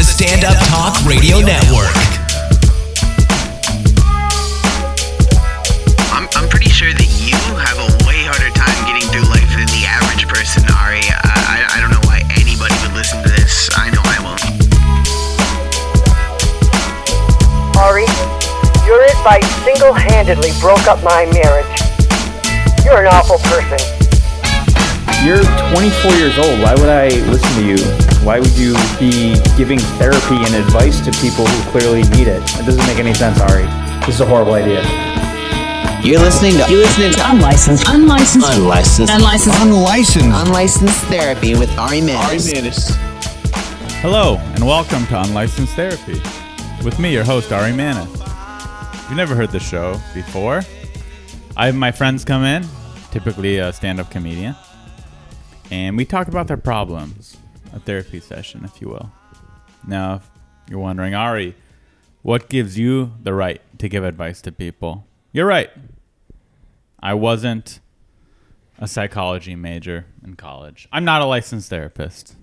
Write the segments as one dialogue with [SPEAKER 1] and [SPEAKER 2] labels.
[SPEAKER 1] Stand Up Talk Radio Network.
[SPEAKER 2] I'm, I'm pretty sure that you have a way harder time getting through life than the average person, Ari. I, I, I don't know why anybody would listen to this. I know I won't.
[SPEAKER 3] Ari, your advice single handedly broke up my marriage. You're an awful person.
[SPEAKER 4] You're 24 years old. Why would I listen to you? Why would you be giving therapy and advice to people who clearly need it? It doesn't make any sense, Ari. This is a horrible idea.
[SPEAKER 5] You're listening to You're listening to
[SPEAKER 6] Unlicensed. Unlicensed.
[SPEAKER 5] Unlicensed
[SPEAKER 6] Unlicensed.
[SPEAKER 7] Unlicensed.
[SPEAKER 5] Unlicensed Therapy with Ari Manis.
[SPEAKER 8] Hello, and welcome to Unlicensed Therapy with me, your host, Ari Manis. If you've never heard the show before, I have my friends come in, typically a stand up comedian, and we talk about their problems, a therapy session, if you will. Now, if you're wondering, Ari, what gives you the right to give advice to people? You're right. I wasn't a psychology major in college, I'm not a licensed therapist.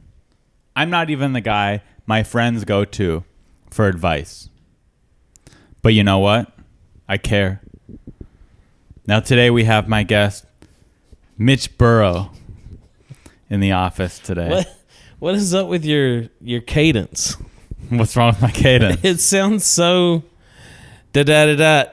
[SPEAKER 8] I'm not even the guy my friends go to for advice. But you know what? I care. Now, today we have my guest, Mitch Burrow, in the office today.
[SPEAKER 9] What what is up with your your cadence?
[SPEAKER 8] What's wrong with my cadence?
[SPEAKER 9] It sounds so da da da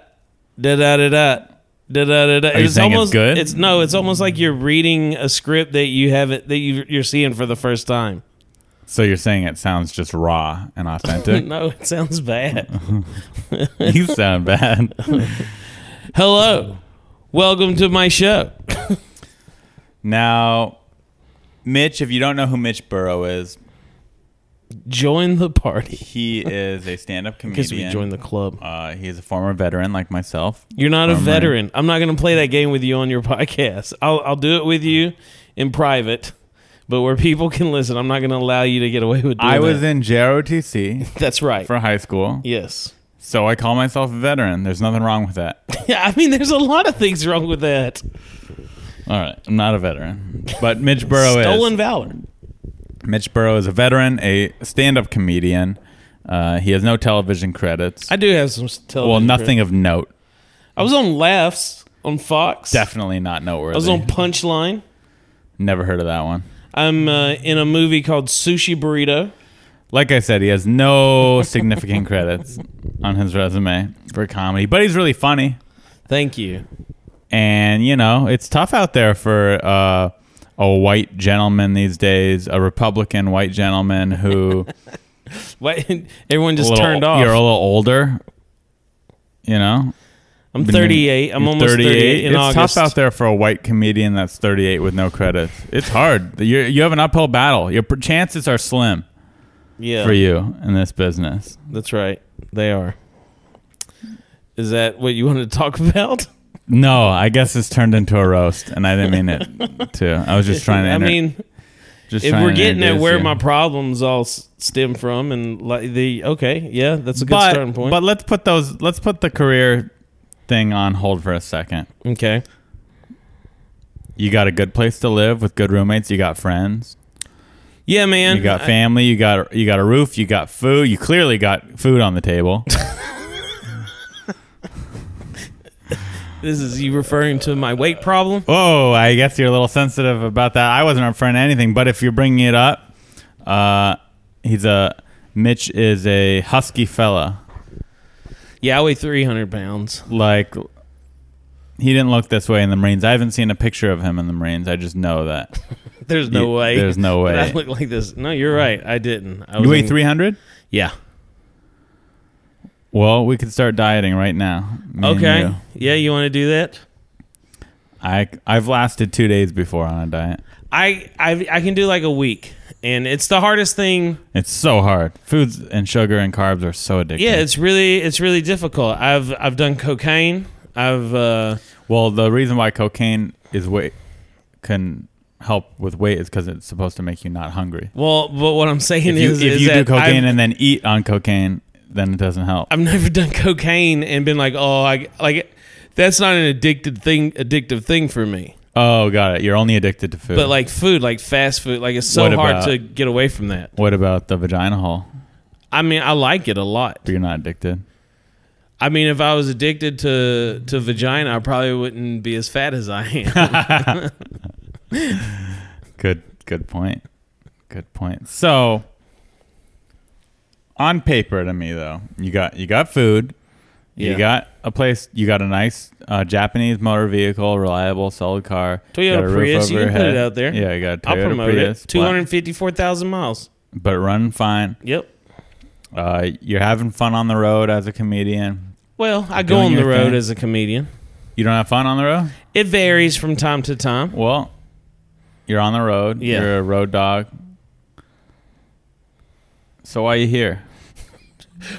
[SPEAKER 9] da da da da da da da da da.
[SPEAKER 8] Are you saying it's
[SPEAKER 9] almost
[SPEAKER 8] good?
[SPEAKER 9] It's no, it's almost like you're reading a script that you haven't that you you're seeing for the first time.
[SPEAKER 8] so you're saying it sounds just raw and authentic?
[SPEAKER 9] No, it sounds bad.
[SPEAKER 8] you sound bad.
[SPEAKER 9] Hello, welcome to my show.
[SPEAKER 8] Now, Mitch, if you don't know who Mitch Burrow is,
[SPEAKER 9] Join the party
[SPEAKER 8] he is a stand-up
[SPEAKER 9] I
[SPEAKER 8] comedian.
[SPEAKER 9] guess we join the club.
[SPEAKER 8] Uh, he's a former veteran like myself.
[SPEAKER 9] You're not a
[SPEAKER 8] Former-
[SPEAKER 9] veteran. I'm not going to play that game with you on your podcast. I'll I'll do it with you in private, but where people can listen, I'm not going to allow you to get away with. Doing
[SPEAKER 8] I was
[SPEAKER 9] that.
[SPEAKER 8] in JROTC
[SPEAKER 9] That's right.
[SPEAKER 8] for high school,
[SPEAKER 9] yes.
[SPEAKER 8] so I call myself a veteran. There's nothing wrong with that.
[SPEAKER 9] Yeah, I mean, there's a lot of things wrong with that.
[SPEAKER 8] All right, I'm not a veteran, but Mitch Burrow
[SPEAKER 9] Stolen
[SPEAKER 8] is.
[SPEAKER 9] valor.
[SPEAKER 8] Mitch Burrow is a veteran, a stand-up comedian. Uh, he has no television credits.
[SPEAKER 9] I do have some s- television.
[SPEAKER 8] well, nothing of note.
[SPEAKER 9] credit. I was on Laughs on Fox.
[SPEAKER 8] Definitely not noteworthy.
[SPEAKER 9] I was on Punchline.
[SPEAKER 8] Never heard of that one.
[SPEAKER 9] I'm uh, in a movie called Sushi Burrito.
[SPEAKER 8] Like I said, he has no significant credits on his resume for comedy, but he's really funny.
[SPEAKER 9] Thank you.
[SPEAKER 8] and you know it's tough out there for uh, a white gentleman these days, a Republican white gentleman who
[SPEAKER 9] Wait, everyone
[SPEAKER 8] a
[SPEAKER 9] just
[SPEAKER 8] little-
[SPEAKER 9] turned off.
[SPEAKER 8] You're a little older, you know.
[SPEAKER 9] I'm
[SPEAKER 8] Been-
[SPEAKER 9] 38. I'm
[SPEAKER 8] you're
[SPEAKER 9] almost 38, in
[SPEAKER 8] it's
[SPEAKER 9] August.
[SPEAKER 8] tough out there for a white comedian that's 38 with no credits. It's hard. You you have an uphill battle. Your pr- chances are slim
[SPEAKER 9] yeah,
[SPEAKER 8] for you in this business.
[SPEAKER 9] that's right. They are. Is that what you wanted to talk about?
[SPEAKER 8] No, I guess it's turned into a roast, and I didn't mean it to. I was just trying to.
[SPEAKER 9] I
[SPEAKER 8] enter-
[SPEAKER 9] mean,
[SPEAKER 8] just
[SPEAKER 9] if
[SPEAKER 8] trying
[SPEAKER 9] we're
[SPEAKER 8] to
[SPEAKER 9] getting at
[SPEAKER 8] introduce
[SPEAKER 9] where
[SPEAKER 8] you.
[SPEAKER 9] my problems all s- stem from, and like the okay, yeah, that's a good starting point.
[SPEAKER 8] But let's put those let's put the career thing on hold for a second.
[SPEAKER 9] okay,
[SPEAKER 8] You got a good place to live with good roommates, you got friends,
[SPEAKER 9] yeah, man,
[SPEAKER 8] you got
[SPEAKER 9] I-
[SPEAKER 8] family, you got you got a roof, you got food, you clearly got food on the table.
[SPEAKER 9] This is you referring to my weight problem?
[SPEAKER 8] oh, I guess you're a little sensitive about that. I wasn't referring to anything, but if you're bringing it up, uh he's a Mitch is a husky fella.
[SPEAKER 9] Yeah, I weigh 300 pounds.
[SPEAKER 8] Like he didn't look this way in the Marines. I haven't seen a picture of him in the Marines. I just know that.
[SPEAKER 9] There's no
[SPEAKER 8] Yeah,
[SPEAKER 9] way.
[SPEAKER 8] there's no
[SPEAKER 9] that
[SPEAKER 8] way.
[SPEAKER 9] I look like this. No, you're right. I didn't. I
[SPEAKER 8] You weigh
[SPEAKER 9] in-
[SPEAKER 8] 300?
[SPEAKER 9] Yeah.
[SPEAKER 8] Well, we could start dieting right now. Me and
[SPEAKER 9] Okay.
[SPEAKER 8] you.
[SPEAKER 9] Yeah, you want to do that?
[SPEAKER 8] I I've lasted two days before on a diet.
[SPEAKER 9] I, I I can do like a week, and it's the hardest thing.
[SPEAKER 8] It's so hard. Foods and sugar and carbs are so addictive.
[SPEAKER 9] Yeah, it's really it's really difficult. I've I've done cocaine. I've uh,
[SPEAKER 8] well, the reason why cocaine is weight can help with weight is because it's supposed to make you not hungry.
[SPEAKER 9] well, but what I'm saying
[SPEAKER 8] If you,
[SPEAKER 9] is,
[SPEAKER 8] if
[SPEAKER 9] is
[SPEAKER 8] you do
[SPEAKER 9] that I've-
[SPEAKER 8] cocaine and then eat on cocaine, then it doesn't help.
[SPEAKER 9] I've never done cocaine and been like, oh, I like that's not an addicted thing, addictive thing for me.
[SPEAKER 8] oh, got it. You're only addicted to food.
[SPEAKER 9] But like food, like fast food, like it's so
[SPEAKER 8] What
[SPEAKER 9] hard
[SPEAKER 8] about-
[SPEAKER 9] to get away from that.
[SPEAKER 8] what about the vagina hole?
[SPEAKER 9] I mean, I like it a lot.
[SPEAKER 8] But you're not addicted.
[SPEAKER 9] I mean, if I was addicted to to vagina, I probably wouldn't be as fat as I am.
[SPEAKER 8] Good good point. Good point. So on paper to me though, you got you got food,
[SPEAKER 9] Yeah.
[SPEAKER 8] you got a place, you got a nice uh, Japanese motor vehicle, reliable, solid car.
[SPEAKER 9] Toyota
[SPEAKER 8] got a roof
[SPEAKER 9] Prius, you
[SPEAKER 8] over your
[SPEAKER 9] can put it
[SPEAKER 8] head.
[SPEAKER 9] out there.
[SPEAKER 8] Yeah, you got a
[SPEAKER 9] I'll
[SPEAKER 8] Toyota
[SPEAKER 9] promote
[SPEAKER 8] Prius,
[SPEAKER 9] it. Two hundred fifty-four thousand miles.
[SPEAKER 8] black- but run fine.
[SPEAKER 9] Yep.
[SPEAKER 8] Uh, you're having fun on the road as a comedian.
[SPEAKER 9] Well, I go
[SPEAKER 8] doing
[SPEAKER 9] on the
[SPEAKER 8] your
[SPEAKER 9] road
[SPEAKER 8] thing.
[SPEAKER 9] as a comedian.
[SPEAKER 8] You don't have fun on the road?
[SPEAKER 9] It varies from time to time.
[SPEAKER 8] Well, you're on the road.
[SPEAKER 9] Yeah.
[SPEAKER 8] You're a road dog. So why are you here?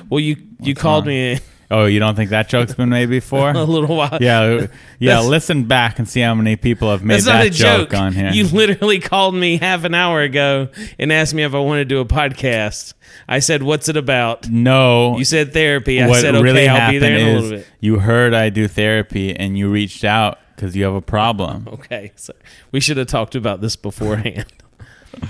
[SPEAKER 9] Well, you you called
[SPEAKER 8] wrong?
[SPEAKER 9] me
[SPEAKER 8] Oh, you don't think that joke's been made before?
[SPEAKER 9] a little while.
[SPEAKER 8] Yeah, uh, yeah.
[SPEAKER 9] That's-
[SPEAKER 8] listen back and see how many people have made
[SPEAKER 9] That's
[SPEAKER 8] that
[SPEAKER 9] not a joke.
[SPEAKER 8] joke on here.
[SPEAKER 9] You literally called me half an hour ago and asked me if I wanted to do a podcast. I said, "What's it about?"
[SPEAKER 8] no,
[SPEAKER 9] You said therapy. I
[SPEAKER 8] what
[SPEAKER 9] said,
[SPEAKER 8] really
[SPEAKER 9] "Okay, I'll
[SPEAKER 8] happened
[SPEAKER 9] be there in a
[SPEAKER 8] is
[SPEAKER 9] little bit."
[SPEAKER 8] you heard I do therapy and you reached out because you have a problem.
[SPEAKER 9] Okay, so we should have talked about this beforehand.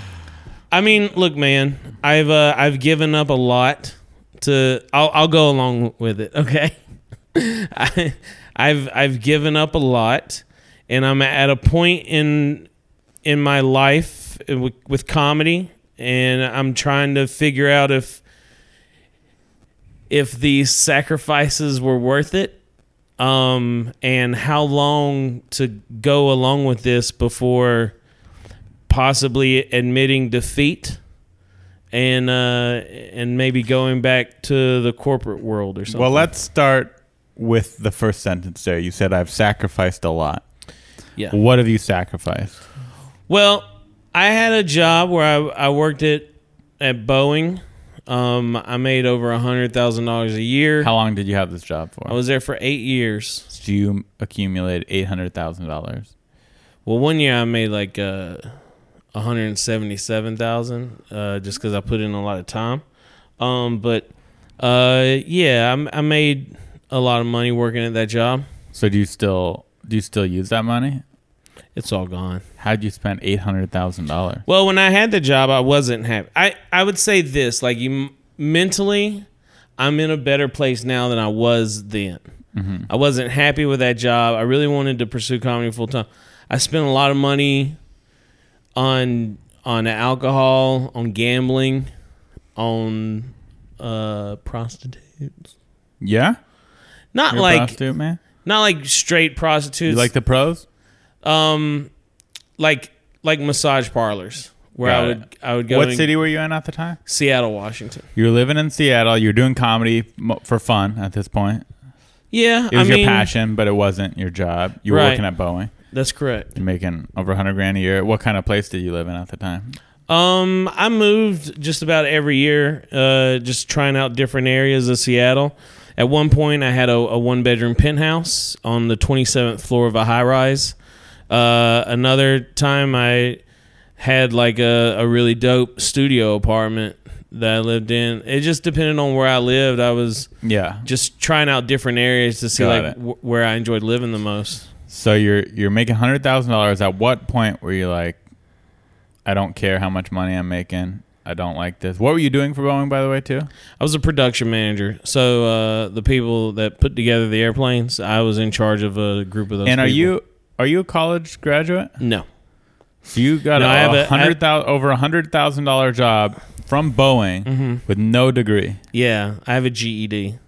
[SPEAKER 9] I mean, look, man, I've uh, I've given up a lot to. I'll I'll go along with it. Okay, I, I've I've given up a lot, and I'm at a point in in my life with, with comedy, and I'm trying to figure out if if these sacrifices were worth it um, and how long to go along with this before possibly admitting defeat and uh, and maybe going back to the corporate world or something.
[SPEAKER 8] Well, let's start with the first sentence there. You said I've sacrificed a lot.
[SPEAKER 9] yeah.
[SPEAKER 8] What have you sacrificed?
[SPEAKER 9] Well, I had a job where I, I worked at at Boeing. Um, I made over a hundred thousand dollars a year.
[SPEAKER 8] How long did you have this job for?
[SPEAKER 9] I was there for eight years.
[SPEAKER 8] So you accumulated eight hundred thousand dollars.
[SPEAKER 9] Well, one year I made like uh, one hundred seventy-seven thousand, uh, just because I put in a lot of time. Um, but uh, yeah, I, I made a lot of money working at that job.
[SPEAKER 8] So do you still do you still use that money?
[SPEAKER 9] It's all gone.
[SPEAKER 8] How'd you spend eight hundred thousand dollars?
[SPEAKER 9] Well, when I had the job, I wasn't happy. I, I would say this like you mentally, I'm in a better place now than I was then.
[SPEAKER 8] Mm-hmm.
[SPEAKER 9] I wasn't happy with that job. I really wanted to pursue comedy full time. I spent a lot of money on on alcohol, on gambling, on uh prostitutes.
[SPEAKER 8] Yeah,
[SPEAKER 9] Not
[SPEAKER 8] You're a
[SPEAKER 9] like
[SPEAKER 8] prostitute, man.
[SPEAKER 9] not like straight
[SPEAKER 8] You
[SPEAKER 9] prostitutes.
[SPEAKER 8] like the pros?
[SPEAKER 9] um like like massage parlors where
[SPEAKER 8] Got
[SPEAKER 9] I
[SPEAKER 8] it.
[SPEAKER 9] would I would go
[SPEAKER 8] what
[SPEAKER 9] and-
[SPEAKER 8] city were you in at the time?
[SPEAKER 9] Seattle, Washington.
[SPEAKER 8] You were living in Seattle. You're doing comedy mo- for fun at this point.
[SPEAKER 9] Yeah,
[SPEAKER 8] It was
[SPEAKER 9] I mean,
[SPEAKER 8] your passion, but it wasn't your job. You were
[SPEAKER 9] Right.
[SPEAKER 8] working at Boeing.
[SPEAKER 9] That's correct.
[SPEAKER 8] You're making over a hundred grand a year. What kind of place did you live in at the time?
[SPEAKER 9] Um, I moved just about every year, uh, just trying out different areas of Seattle. At one point, I had a, a one bedroom penthouse on the 27th floor of a high rise. Uh, another time, I had like a, a really dope studio apartment that I lived in. It just depended on where I lived. I was
[SPEAKER 8] Yeah.
[SPEAKER 9] just trying out different areas to see
[SPEAKER 8] Got
[SPEAKER 9] like
[SPEAKER 8] it.
[SPEAKER 9] w- where I enjoyed living the most.
[SPEAKER 8] So you're you're making hundred thousand dollars. At what point were you like, I don't care how much money I'm making. I don't like this. What were you doing for Boeing, by the way, too?
[SPEAKER 9] I was a production manager, so uh, the people that put together the airplanes, I was in charge of a group of those.
[SPEAKER 8] and are
[SPEAKER 9] people.
[SPEAKER 8] you are you a college graduate?
[SPEAKER 9] No,
[SPEAKER 8] So you got
[SPEAKER 9] No, I have
[SPEAKER 8] a,
[SPEAKER 9] a-
[SPEAKER 8] a hundred thousand over a hundred thousand dollar job from Boeing
[SPEAKER 9] Mm-hmm.
[SPEAKER 8] with no degree
[SPEAKER 9] yeah, I have a GED.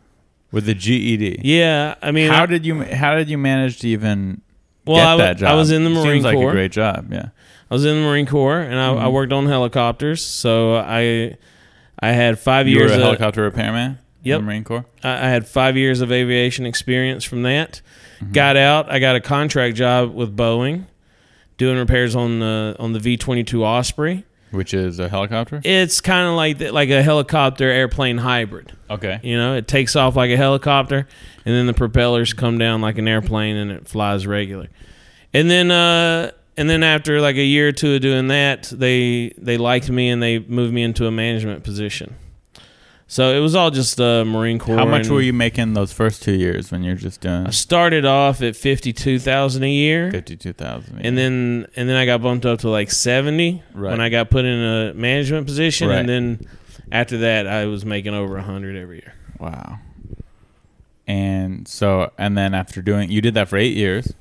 [SPEAKER 8] with a GED.
[SPEAKER 9] Yeah, I mean,
[SPEAKER 8] How
[SPEAKER 9] I-
[SPEAKER 8] did you how did you manage to even
[SPEAKER 9] well,
[SPEAKER 8] get
[SPEAKER 9] I, w-
[SPEAKER 8] that job?
[SPEAKER 9] I was in the
[SPEAKER 8] Seems
[SPEAKER 9] Marine
[SPEAKER 8] like
[SPEAKER 9] Corps.
[SPEAKER 8] a great Mm-hmm. job. Yeah.
[SPEAKER 9] I was in the Marine Corps, and I, I worked on helicopters. So I, I had five
[SPEAKER 8] You were
[SPEAKER 9] years.
[SPEAKER 8] a
[SPEAKER 9] of,
[SPEAKER 8] helicopter repairman.
[SPEAKER 9] Yep.
[SPEAKER 8] In the Marine Corps.
[SPEAKER 9] I I had five years of aviation experience from that.
[SPEAKER 8] Mm-hmm.
[SPEAKER 9] Got out. I got a contract job with Boeing, doing repairs on the on the V twenty two Osprey.
[SPEAKER 8] Which is a helicopter?
[SPEAKER 9] It's kind of like the, like a helicopter airplane hybrid.
[SPEAKER 8] okay.
[SPEAKER 9] You know, it takes off like a helicopter, and then the propellers come down like an airplane, and it flies regular. And then, uh, and then after like a year or two of doing that, they they liked me and they moved me into a management position. So it was all just uh, Marine Corps.
[SPEAKER 8] How much
[SPEAKER 9] and
[SPEAKER 8] were you making those first two years when you're just doing
[SPEAKER 9] I started off at fifty two thousand a year,
[SPEAKER 8] fifty two thousand?
[SPEAKER 9] and then and then I got bumped up to like seventy
[SPEAKER 8] Right.
[SPEAKER 9] when I got put in a management position,
[SPEAKER 8] Right.
[SPEAKER 9] and then After that, I was making over a hundred every year.
[SPEAKER 8] Wow. And so, and then after doing, you did that for eight years,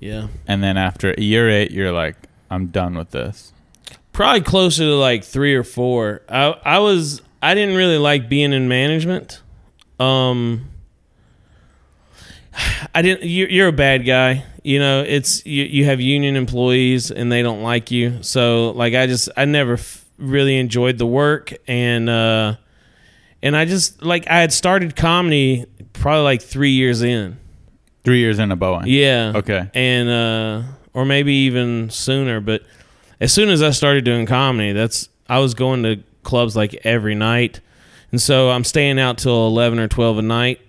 [SPEAKER 9] Yeah,
[SPEAKER 8] and then after year eight, you're like, I'm done with this.
[SPEAKER 9] probably closer to like three or four. I I was I didn't really like being in management. Um, I didn't. You, you're a bad guy. You know, it's you. You have union employees, and they don't like you. So, like, I just I never f- really enjoyed the work, and uh, and I just like I had started comedy probably like three years in.
[SPEAKER 8] Three years in a Boeing.
[SPEAKER 9] Yeah.
[SPEAKER 8] Okay.
[SPEAKER 9] And uh or maybe even sooner, but as soon as I started doing comedy, that's I was going to clubs like every night. And so I'm staying out till eleven or twelve at night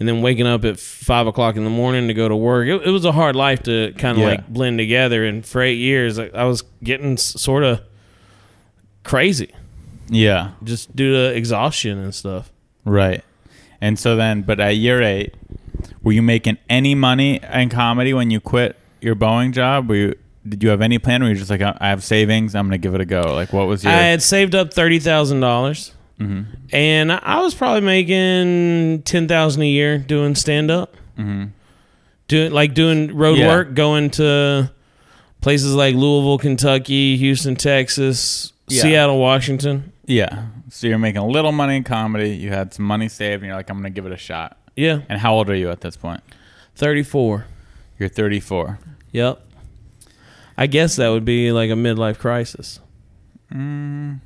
[SPEAKER 9] and then waking up at five o'clock in the morning to go to work. It, it was a hard life to kind of
[SPEAKER 8] Yeah.
[SPEAKER 9] like blend together and for eight years I, I was getting sort of crazy
[SPEAKER 8] Yeah.
[SPEAKER 9] just due to exhaustion and stuff.
[SPEAKER 8] Right. And so then, but at year eight, were you making any money in comedy when you quit your Boeing job? Were you, did you have any plan? Or were you just like, I I have savings, I'm going to give it a go? Like, what was your.
[SPEAKER 9] I had saved up thirty dollars,
[SPEAKER 8] Mm-hmm.
[SPEAKER 9] and I was probably making ten thousand a year doing stand up, doing like doing road
[SPEAKER 8] Mm-hmm. Yeah.
[SPEAKER 9] work, going to places like Louisville, Kentucky, Houston, Texas,
[SPEAKER 8] Yeah.
[SPEAKER 9] Seattle, Washington.
[SPEAKER 8] yeah. So you're making a little money in comedy, you had some money saved, and you're like, I'm going to give it a shot.
[SPEAKER 9] Yeah,
[SPEAKER 8] And how old are you at this point?
[SPEAKER 9] thirty four.
[SPEAKER 8] You're 34.
[SPEAKER 9] Yep. I guess that would be like a midlife crisis.
[SPEAKER 8] Mm.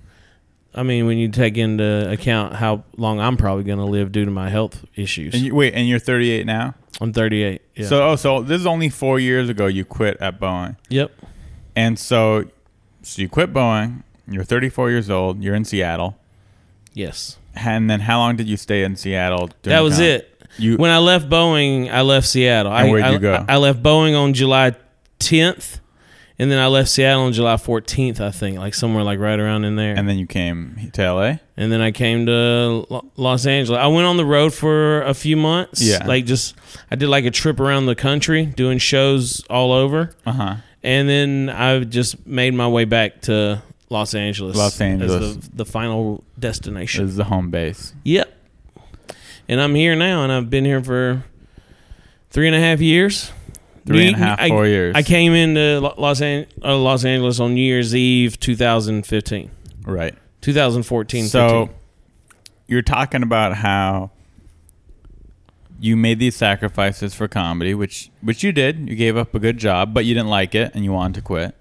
[SPEAKER 9] I mean, when you take into account how long I'm probably going to live due to my health issues.
[SPEAKER 8] And you, wait, and you're 38 now?
[SPEAKER 9] I'm 38. Yeah.
[SPEAKER 8] So, oh, so this is only four years ago you quit at Boeing.
[SPEAKER 9] Yep.
[SPEAKER 8] And so, so you quit Boeing, you're 34 years old, you're in Seattle.
[SPEAKER 9] Yes.
[SPEAKER 8] And then how long did you stay in Seattle? during
[SPEAKER 9] That was
[SPEAKER 8] con-
[SPEAKER 9] it.
[SPEAKER 8] You
[SPEAKER 9] when I left Boeing, I left Seattle.
[SPEAKER 8] And
[SPEAKER 9] I,
[SPEAKER 8] where'd you go?
[SPEAKER 9] I- I left Boeing on July 10th, and then I left Seattle on July 14th, I think, like somewhere like right around in there.
[SPEAKER 8] and then you came to LA.
[SPEAKER 9] and then I came to Lo- Los Angeles. I went on the road for a few months.
[SPEAKER 8] Yeah.
[SPEAKER 9] Like just, I did like a trip around the country doing shows all over.
[SPEAKER 8] Uh huh.
[SPEAKER 9] And then I just made my way back to Los Angeles.
[SPEAKER 8] Los Angeles.
[SPEAKER 9] As the, the final destination.
[SPEAKER 8] This is the home base.
[SPEAKER 9] Yep. And I'm here now, and I've been here for three and a half years.
[SPEAKER 8] Three and a
[SPEAKER 9] New-
[SPEAKER 8] half,
[SPEAKER 9] I-
[SPEAKER 8] four years.
[SPEAKER 9] I came into Lo- Los, An- uh, Los Angeles on New Year's Eve, 2015,
[SPEAKER 8] Right.
[SPEAKER 9] 2014.
[SPEAKER 8] So
[SPEAKER 9] 15.
[SPEAKER 8] you're talking about how you made these sacrifices for comedy, which which you did. You gave up a good job, but you didn't like it, and you wanted to quit.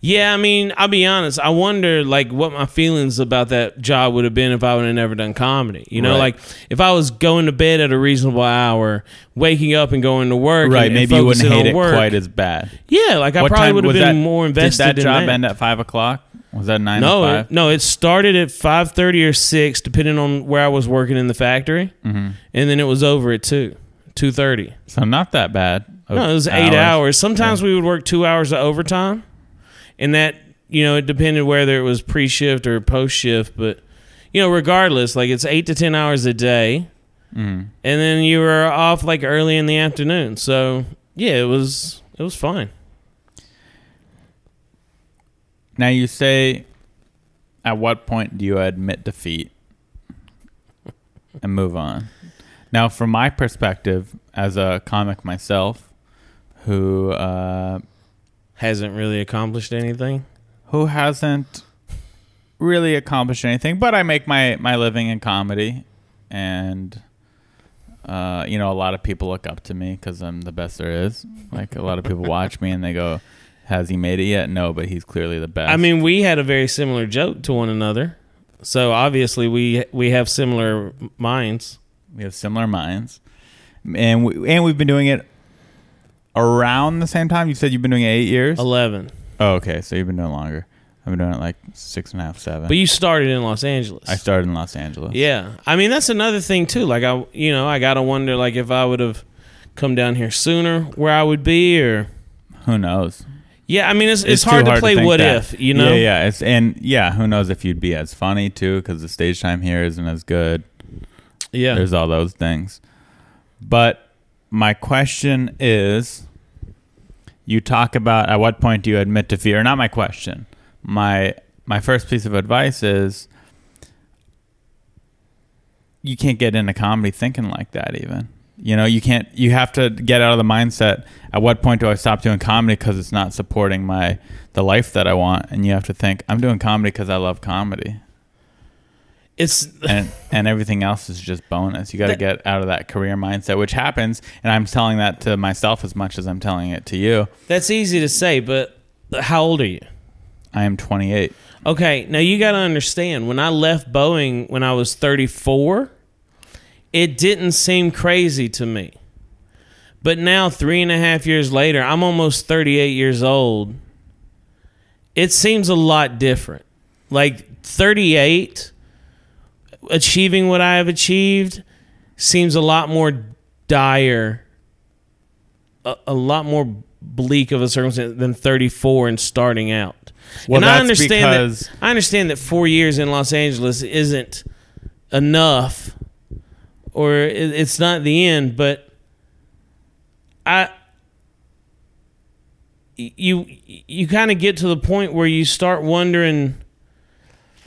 [SPEAKER 9] yeah, I mean, I'll be honest. I wonder, like, what my feelings about that job would have been if I would have never done comedy. You know,
[SPEAKER 8] Right.
[SPEAKER 9] like if I was going to bed at a reasonable hour, waking up and going to work,
[SPEAKER 8] Right.
[SPEAKER 9] and- and
[SPEAKER 8] Maybe you wouldn't
[SPEAKER 9] focusing
[SPEAKER 8] hate
[SPEAKER 9] on
[SPEAKER 8] it
[SPEAKER 9] work.
[SPEAKER 8] quite as bad.
[SPEAKER 9] yeah. Like I probably would have
[SPEAKER 8] was
[SPEAKER 9] been
[SPEAKER 8] that-
[SPEAKER 9] more invested.
[SPEAKER 8] Did that
[SPEAKER 9] in
[SPEAKER 8] job
[SPEAKER 9] that.
[SPEAKER 8] end at five o'clock? Was that nine
[SPEAKER 9] No,
[SPEAKER 8] to
[SPEAKER 9] it-
[SPEAKER 8] five?
[SPEAKER 9] no, it started at five thirty or six, depending on where I was working in the factory, mm-hmm. and then it was over at two, two thirty.
[SPEAKER 8] So not that bad.
[SPEAKER 9] No, it was eight hours. Sometimes we would work two hours of overtime, and that you know it depended whether it was pre shift or post shift, but you know regardless, like it's eight to ten hours a day, and then you were off like early in the afternoon. So yeah, it was it was fine.
[SPEAKER 8] Now you say, at what point do you admit defeat and move on? Now, from my perspective as a comic myself, who uh,
[SPEAKER 9] Hasn't really accomplished anything.
[SPEAKER 8] who hasn't really accomplished anything, but I make my my living in comedy, and uh, you know, a lot of people look up to me because I'm the best there is. Like a lot of people watch me and they go, "Has he made it yet?" No, but he's clearly the best.
[SPEAKER 9] I mean, we had a very similar joke to one another, so obviously we we have similar minds.
[SPEAKER 8] We have similar minds, and we, and we've been doing it around the same time. You said you've been doing it eight years.
[SPEAKER 9] Eleven,
[SPEAKER 8] Oh, okay, so you've been doing it longer. I've been doing it like six and a half, seven.
[SPEAKER 9] but you started in Los Angeles.
[SPEAKER 8] I started in Los Angeles.
[SPEAKER 9] yeah, I mean that's another thing too. Like I, you know, I gotta wonder like if I would have come down here sooner, where I would be, or
[SPEAKER 8] Who knows?
[SPEAKER 9] yeah. I mean, it's it's,
[SPEAKER 8] too
[SPEAKER 9] hard, to play
[SPEAKER 8] think
[SPEAKER 9] what
[SPEAKER 8] that.
[SPEAKER 9] if, you know.
[SPEAKER 8] Yeah, yeah. It's, and yeah, who knows if you'd be as funny too? Because the stage time here isn't as good.
[SPEAKER 9] yeah.
[SPEAKER 8] There's all those things. But my question is you talk about at what point do you admit to fear? Not my question. My my first piece of advice is you can't get into comedy thinking like that even. You know, you can't you have to get out of the mindset at what point do I stop doing comedy cuz it's not supporting my the life that I want and you have to think I'm doing comedy cuz I love comedy.
[SPEAKER 9] It's
[SPEAKER 8] and and everything else is just bonus. You got to get out of that career mindset, which happens. And I'm telling that to myself as much as I'm telling it to you.
[SPEAKER 9] that's easy to say, but how old are you?
[SPEAKER 8] I am 28.
[SPEAKER 9] Okay, now you got to understand when I left Boeing when I was 34, it didn't seem crazy to me. But now, three and a half years later, I'm almost 38 years old. It seems a lot different. Like 38, achieving what I have achieved seems a lot more dire, a, a lot more bleak of a circumstance than 34 and starting out.
[SPEAKER 8] Well,
[SPEAKER 9] and I
[SPEAKER 8] that's
[SPEAKER 9] understand
[SPEAKER 8] because-
[SPEAKER 9] that I understand that four years in Los Angeles isn't enough, or it, it's not the end. But I, you, you kind of get to the point where you start wondering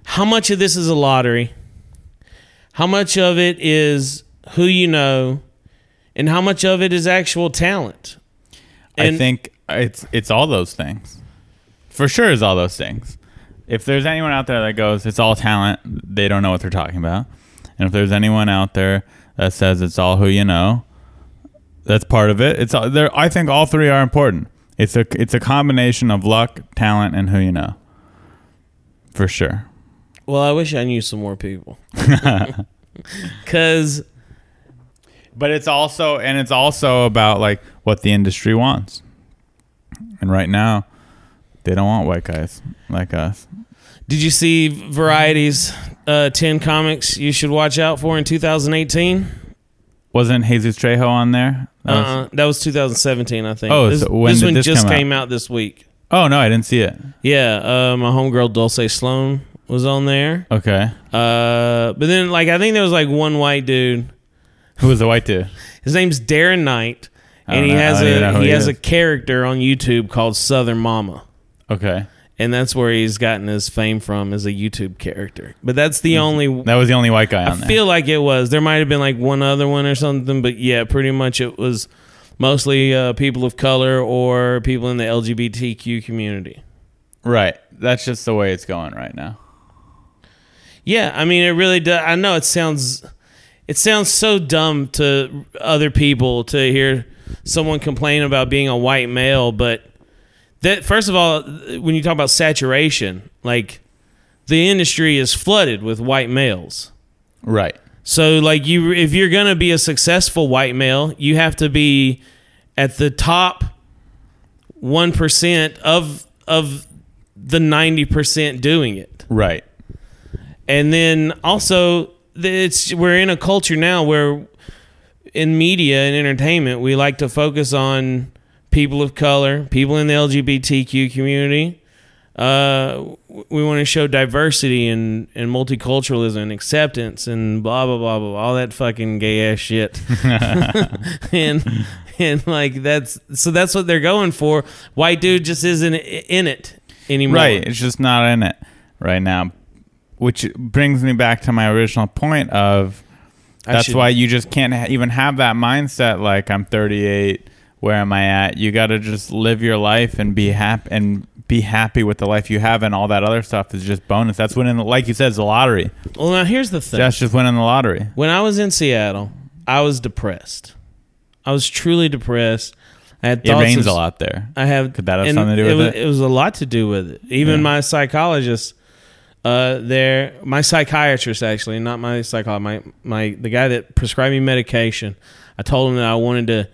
[SPEAKER 9] how much of this is a lottery, how much of it is who you know, and how much of it is actual talent.
[SPEAKER 8] I
[SPEAKER 9] And-
[SPEAKER 8] think it's it's all those things. For sure, is all those things. If there's anyone out there that goes, it's all talent, they don't know what they're talking about. And if there's anyone out there that says it's all who you know, that's part of it. It's all, there. I think all three are important. It's a it's a combination of luck, talent, and who you know. For sure.
[SPEAKER 9] Well, I wish I knew some more people. Cause
[SPEAKER 8] But it's also and it's also about like what the industry wants. And right now, they don't want white guys like us.
[SPEAKER 9] did you see Variety's uh, ten comics you should watch out for in 2018?
[SPEAKER 8] Wasn't Jesus Trejo on there? That was-
[SPEAKER 9] Uh, that was 2017, I think.
[SPEAKER 8] Uh-huh. Oh,
[SPEAKER 9] this,
[SPEAKER 8] so when
[SPEAKER 9] this
[SPEAKER 8] did
[SPEAKER 9] one
[SPEAKER 8] this
[SPEAKER 9] just
[SPEAKER 8] come out?
[SPEAKER 9] came out this week.
[SPEAKER 8] oh no, I didn't see it.
[SPEAKER 9] Yeah, uh, my homegirl Dulce Sloan was on there.
[SPEAKER 8] Okay,
[SPEAKER 9] Uh, but then, like, I think there was like one white dude.
[SPEAKER 8] who was the white dude?
[SPEAKER 9] His name's Darren Knight,
[SPEAKER 8] don't
[SPEAKER 9] and he
[SPEAKER 8] know- I
[SPEAKER 9] has
[SPEAKER 8] don't even know
[SPEAKER 9] a
[SPEAKER 8] who
[SPEAKER 9] he
[SPEAKER 8] he
[SPEAKER 9] has
[SPEAKER 8] is.
[SPEAKER 9] a character on YouTube called Southern Mama,
[SPEAKER 8] Okay,
[SPEAKER 9] and that's where he's gotten his fame from as a YouTube character. But that's the only
[SPEAKER 8] Mm-hmm. that was the only white guy
[SPEAKER 9] I
[SPEAKER 8] on there.
[SPEAKER 9] feel like it was. There might have been like one other one or something, but yeah, pretty much it was mostly uh, people of color or people in the LGBTQ community.
[SPEAKER 8] right, that's just the way it's going right now.
[SPEAKER 9] Yeah, I mean, it really does. I know it sounds, it sounds so dumb to other people to hear someone complain about being a white male, but that first of all, when you talk about saturation, like the industry is flooded with white males.
[SPEAKER 8] Right,
[SPEAKER 9] So like you, if you're gonna be a successful white male, you have to be at the top one percent of of the ninety percent doing it.
[SPEAKER 8] right,
[SPEAKER 9] And then also, th- it's we're in a culture now where in media and entertainment, we like to focus on people of color, people in the LGBTQ community. Uh, w- we want to show diversity and, and multiculturalism and acceptance and blah blah blah blah all that fucking gay ass shit and and like that's so that's what they're going for. White dude just isn't i- in it anymore.
[SPEAKER 8] right. It's just not in it right now, which brings me back to my original point of that's
[SPEAKER 9] should-
[SPEAKER 8] why you just can't ha- even have that mindset. Like I'm 38. Where am I at? You got to just live your life and be happy and be happy with the life you have, and all that other stuff is just bonus. That's winning, the- like you said, it's a lottery.
[SPEAKER 9] Well, now here's the thing.
[SPEAKER 8] That's just winning the lottery.
[SPEAKER 9] When I was in Seattle, I was depressed. I was truly depressed. I had
[SPEAKER 8] It
[SPEAKER 9] thoughts
[SPEAKER 8] rains
[SPEAKER 9] of,
[SPEAKER 8] a lot there.
[SPEAKER 9] I have
[SPEAKER 8] Could that have
[SPEAKER 9] and
[SPEAKER 8] something to do
[SPEAKER 9] it
[SPEAKER 8] with
[SPEAKER 9] was,
[SPEAKER 8] it?
[SPEAKER 9] was a lot to do with it. Even my psychologist, uh, there, my psychiatrist actually, not my psychologist, my my the guy that prescribed me medication. I told him that I wanted to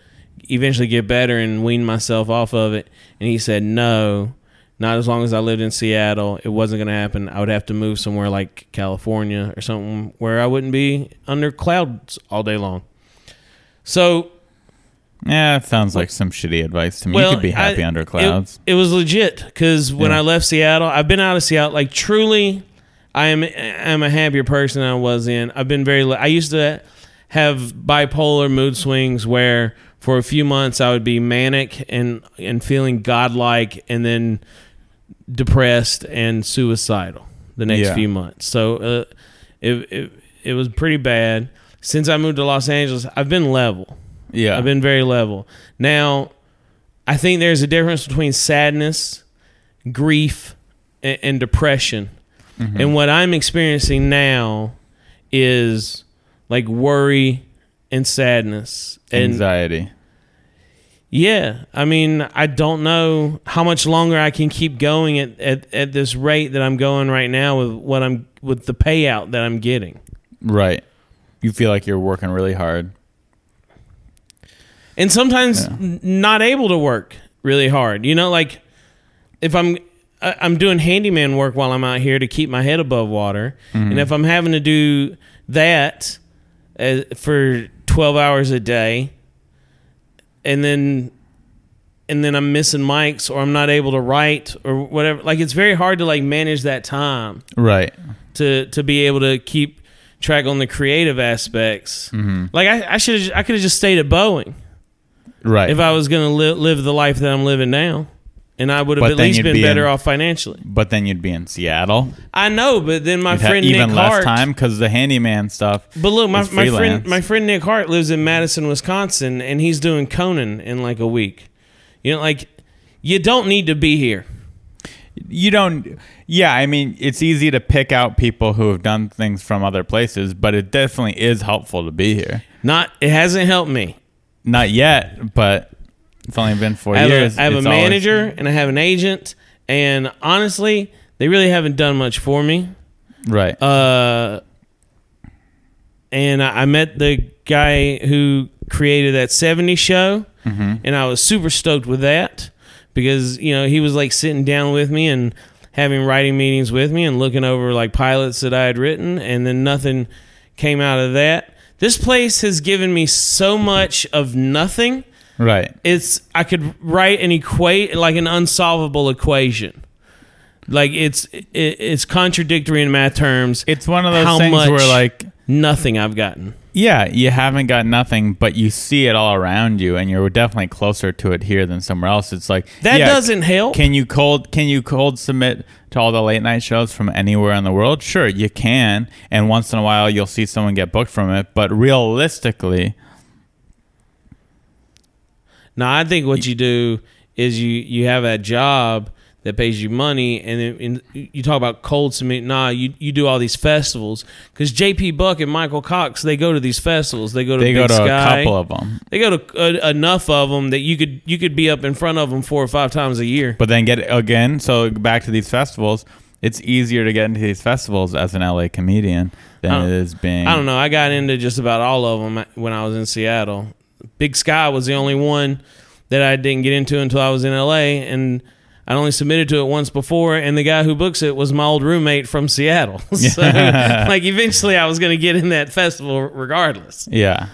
[SPEAKER 9] eventually get better and wean myself off of it, and he said no. Not as long as I lived in Seattle, it wasn't going to happen. I would have to move somewhere like California or something where I wouldn't be under clouds all day long. So
[SPEAKER 8] yeah, it sounds like some shitty advice to me. you could be happy
[SPEAKER 9] I-
[SPEAKER 8] under clouds.
[SPEAKER 9] It, it was legit because when
[SPEAKER 8] Yeah.
[SPEAKER 9] I left Seattle, I've been out of Seattle. Like truly, I am I'm a happier person than I was in. I've been very. I used to have bipolar mood swings where for a few months I would be manic and and feeling godlike, and then depressed and suicidal the next
[SPEAKER 8] Yeah.
[SPEAKER 9] few months. So uh, it, it It was pretty bad. Since I moved to Los Angeles, I've been level.
[SPEAKER 8] Yeah.
[SPEAKER 9] I've been very level. Now, I think there's a difference between sadness, grief, and, and depression. And what I'm experiencing now is like worry and sadness and
[SPEAKER 8] anxiety.
[SPEAKER 9] yeah, I mean, I don't know how much longer I can keep going at, at, at this rate that I'm going right now with what I'm with the payout that I'm getting.
[SPEAKER 8] Right. You feel like you're working really hard.
[SPEAKER 9] And sometimes n- not able to work really hard. You know, like if I'm I- I'm doing handyman work while I'm out here to keep my head above water, and if I'm having to do that uh, for 12 hours a day and then and then I'm missing mics or I'm not able to write or whatever. Like it's very hard to like manage that time
[SPEAKER 8] Right.
[SPEAKER 9] to to be able to keep track on the creative aspects. Like I, I should I could have just stayed at Boeing
[SPEAKER 8] Right.
[SPEAKER 9] if I was going to li- live the life that I'm living now, and I would
[SPEAKER 8] But
[SPEAKER 9] have at
[SPEAKER 8] then
[SPEAKER 9] least
[SPEAKER 8] you'd
[SPEAKER 9] been
[SPEAKER 8] be
[SPEAKER 9] better
[SPEAKER 8] in-
[SPEAKER 9] off financially.
[SPEAKER 8] but then you'd be in Seattle.
[SPEAKER 9] I know, but then my
[SPEAKER 8] You'd have
[SPEAKER 9] friend
[SPEAKER 8] even
[SPEAKER 9] Nick
[SPEAKER 8] less
[SPEAKER 9] Hart.
[SPEAKER 8] time because the handyman stuff.
[SPEAKER 9] But look, my,
[SPEAKER 8] is
[SPEAKER 9] my friend
[SPEAKER 8] freelance.
[SPEAKER 9] my friend Nick Hart lives in Madison, Wisconsin, and he's doing Conan in like a week. You know, like you don't need to be here.
[SPEAKER 8] you don't yeah i mean it's easy to pick out people who have done things from other places but it definitely is helpful to be here
[SPEAKER 9] Not it hasn't helped me.
[SPEAKER 8] not yet but it's only been four
[SPEAKER 9] I have,
[SPEAKER 8] years
[SPEAKER 9] a, I have a
[SPEAKER 8] It's always-
[SPEAKER 9] manager and I have an agent, and honestly, they really haven't done much for me.
[SPEAKER 8] right
[SPEAKER 9] Uh, and I, I met the guy who created that 70 show, and I was super stoked with that because, you know, he was like sitting down with me and having writing meetings with me and looking over like pilots that I had written, and then nothing came out of that. This place has given me so much of nothing
[SPEAKER 8] right
[SPEAKER 9] it's I could write an equate like an unsolvable equation. Like it's it, it's contradictory in math terms.
[SPEAKER 8] it's one of those
[SPEAKER 9] how
[SPEAKER 8] things
[SPEAKER 9] much
[SPEAKER 8] where like
[SPEAKER 9] nothing I've gotten.
[SPEAKER 8] yeah you haven't got nothing but you see it all around you and you're definitely closer to it here than somewhere else it's like
[SPEAKER 9] That
[SPEAKER 8] yeah,
[SPEAKER 9] doesn't help.
[SPEAKER 8] Can you cold can you cold submit to all the late night shows from anywhere in the world? Sure, you can, and once in a while you'll see someone get booked from it, but realistically,
[SPEAKER 9] no, I think what you do is you you have a job that pays you money, and, then and you talk about cold cement. Nah, you you do all these festivals because J.P. Buck and Michael Cox they go to these festivals. They go to
[SPEAKER 8] they
[SPEAKER 9] Big
[SPEAKER 8] go to
[SPEAKER 9] Sky.
[SPEAKER 8] a couple of them,
[SPEAKER 9] They go to uh, enough of them that you could you could be up in front of them four or five times a year.
[SPEAKER 8] but then get again. So back to these festivals, it's easier to get into these festivals as an LA comedian
[SPEAKER 9] I
[SPEAKER 8] than
[SPEAKER 9] don't-
[SPEAKER 8] it is being.
[SPEAKER 9] I don't know. I got into just about all of them when I was in Seattle. Big Sky was the only one that I didn't get into until I was in LA, and I only submitted to it once before. And the guy who books it was my old roommate from Seattle. so, like, eventually, I was going to get in that festival regardless.
[SPEAKER 8] Yeah,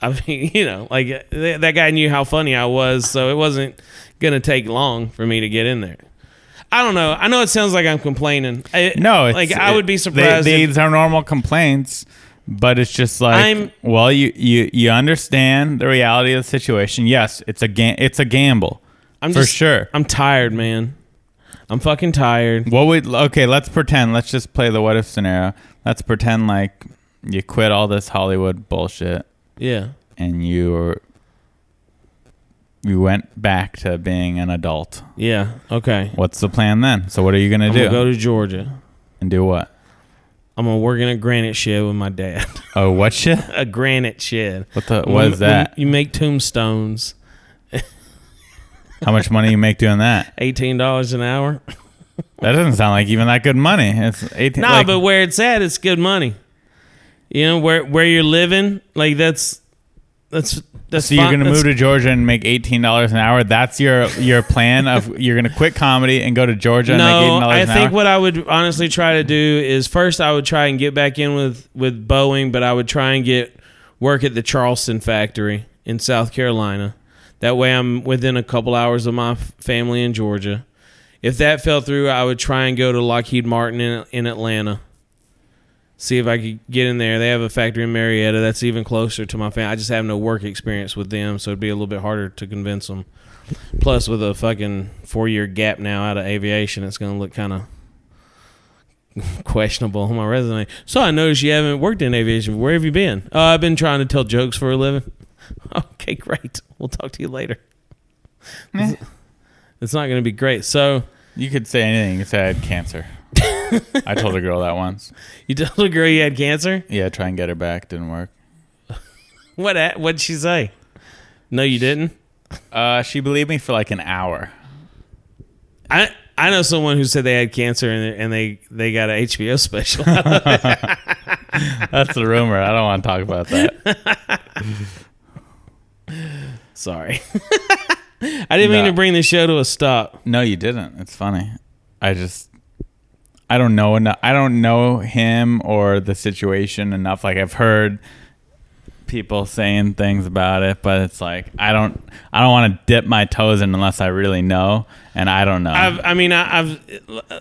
[SPEAKER 9] I mean, you know, like uh, th- that guy knew how funny I was, so it wasn't going to take long for me to get in there. I don't know. I know it sounds like I'm complaining. I,
[SPEAKER 8] no, it's,
[SPEAKER 9] like I
[SPEAKER 8] it-
[SPEAKER 9] would be
[SPEAKER 8] they-
[SPEAKER 9] surprised. if-
[SPEAKER 8] these are normal complaints. But it's just like,
[SPEAKER 9] I'm-
[SPEAKER 8] well, you, you you understand the reality of the situation. Yes, it's a ga- it's a gamble.
[SPEAKER 9] I'm
[SPEAKER 8] for
[SPEAKER 9] just-
[SPEAKER 8] sure.
[SPEAKER 9] I'm tired, man. I'm fucking tired.
[SPEAKER 8] What would okay? Let's pretend. Let's just play the what if scenario. Let's pretend like you quit all this Hollywood bullshit
[SPEAKER 9] Yeah.
[SPEAKER 8] and you were, you went back to being an adult.
[SPEAKER 9] Yeah. Okay.
[SPEAKER 8] What's the plan then? So what are you gonna
[SPEAKER 9] I'm
[SPEAKER 8] do?
[SPEAKER 9] gonna go to Georgia.
[SPEAKER 8] and do what?
[SPEAKER 9] I'm gonna work in a granite shed with my dad.
[SPEAKER 8] Oh, what shit?
[SPEAKER 9] a granite shed.
[SPEAKER 8] What the? What is that?
[SPEAKER 9] You make tombstones.
[SPEAKER 8] How much money you make doing that?
[SPEAKER 9] Eighteen dollars an hour.
[SPEAKER 8] That doesn't sound like even that good money. It's eighteen.
[SPEAKER 9] Nah,
[SPEAKER 8] like-
[SPEAKER 9] but where it's at, it's good money. You know where where you're living, like that's that's that's.
[SPEAKER 8] so you're
[SPEAKER 9] fine-
[SPEAKER 8] gonna move
[SPEAKER 9] that's-
[SPEAKER 8] to Georgia and make eighteen dollars an hour. That's your your plan of you're gonna quit comedy and go to Georgia and make
[SPEAKER 9] No,
[SPEAKER 8] eighteen dollars
[SPEAKER 9] I
[SPEAKER 8] an
[SPEAKER 9] think
[SPEAKER 8] hour.
[SPEAKER 9] what I would honestly try to do is first I would try and get back in with with Boeing, but I would try and get work at the Charleston factory in South Carolina. That way I'm within a couple hours of my f- family in Georgia. If that fell through, I would try and go to Lockheed Martin in, in Atlanta. See if I could get in there. They have a factory in Marietta that's even closer to my family. I just have no work experience with them, so it'd be a little bit harder to convince them. Plus, with a fucking four year gap now out of aviation, it's going to look kind of questionable on my resume. So I noticed you haven't worked in aviation. Where have you been? Uh, I've been trying to tell jokes for a living. okay, great. We'll talk to you later.
[SPEAKER 8] Meh.
[SPEAKER 9] It's not going to be great. So
[SPEAKER 8] You could say anything. You could say I had cancer. I told a girl that once.
[SPEAKER 9] you told a girl you had cancer.
[SPEAKER 8] Yeah, try and get her back. Didn't work.
[SPEAKER 9] What? a- What'd she say? No, you didn't.
[SPEAKER 8] Uh, she believed me for like an hour.
[SPEAKER 9] I I know someone who said they had cancer and and they they got a HBO special.
[SPEAKER 8] That's the rumor. I don't want to talk about that.
[SPEAKER 9] Sorry. I didn't mean
[SPEAKER 8] No.
[SPEAKER 9] to bring the show to a stop.
[SPEAKER 8] No, you didn't. It's funny. I just I don't know enough. I don't know him or the situation enough. Like I've heard people saying things about it, but it's like I don't I don't want to dip my toes in unless I really know, and I don't know.
[SPEAKER 9] I've, I mean, I, I've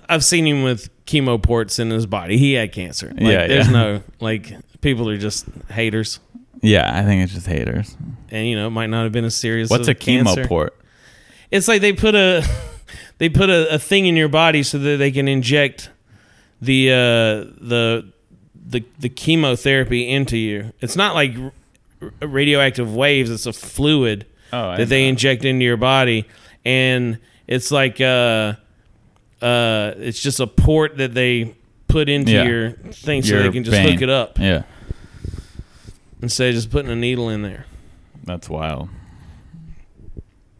[SPEAKER 9] I've seen him with chemo ports in his body. He had cancer. Like,
[SPEAKER 8] Yeah,
[SPEAKER 9] There's
[SPEAKER 8] yeah.
[SPEAKER 9] no like people are just haters,
[SPEAKER 8] yeah, I think it's just haters.
[SPEAKER 9] and you know it might not have been as serious.
[SPEAKER 8] What's
[SPEAKER 9] of
[SPEAKER 8] a chemo
[SPEAKER 9] cancer.
[SPEAKER 8] port?
[SPEAKER 9] It's like they put a they put a, a thing in your body so that they can inject the uh, the the the chemotherapy into you. It's not like r- radioactive waves. It's a fluid
[SPEAKER 8] Oh, I
[SPEAKER 9] that they inject into your body, and it's like uh, uh, it's just a port that they put into
[SPEAKER 8] Yeah.
[SPEAKER 9] your thing so
[SPEAKER 8] Your
[SPEAKER 9] they can just
[SPEAKER 8] vein.
[SPEAKER 9] hook it up
[SPEAKER 8] Yeah,
[SPEAKER 9] instead of just putting a needle in there.
[SPEAKER 8] that's wild.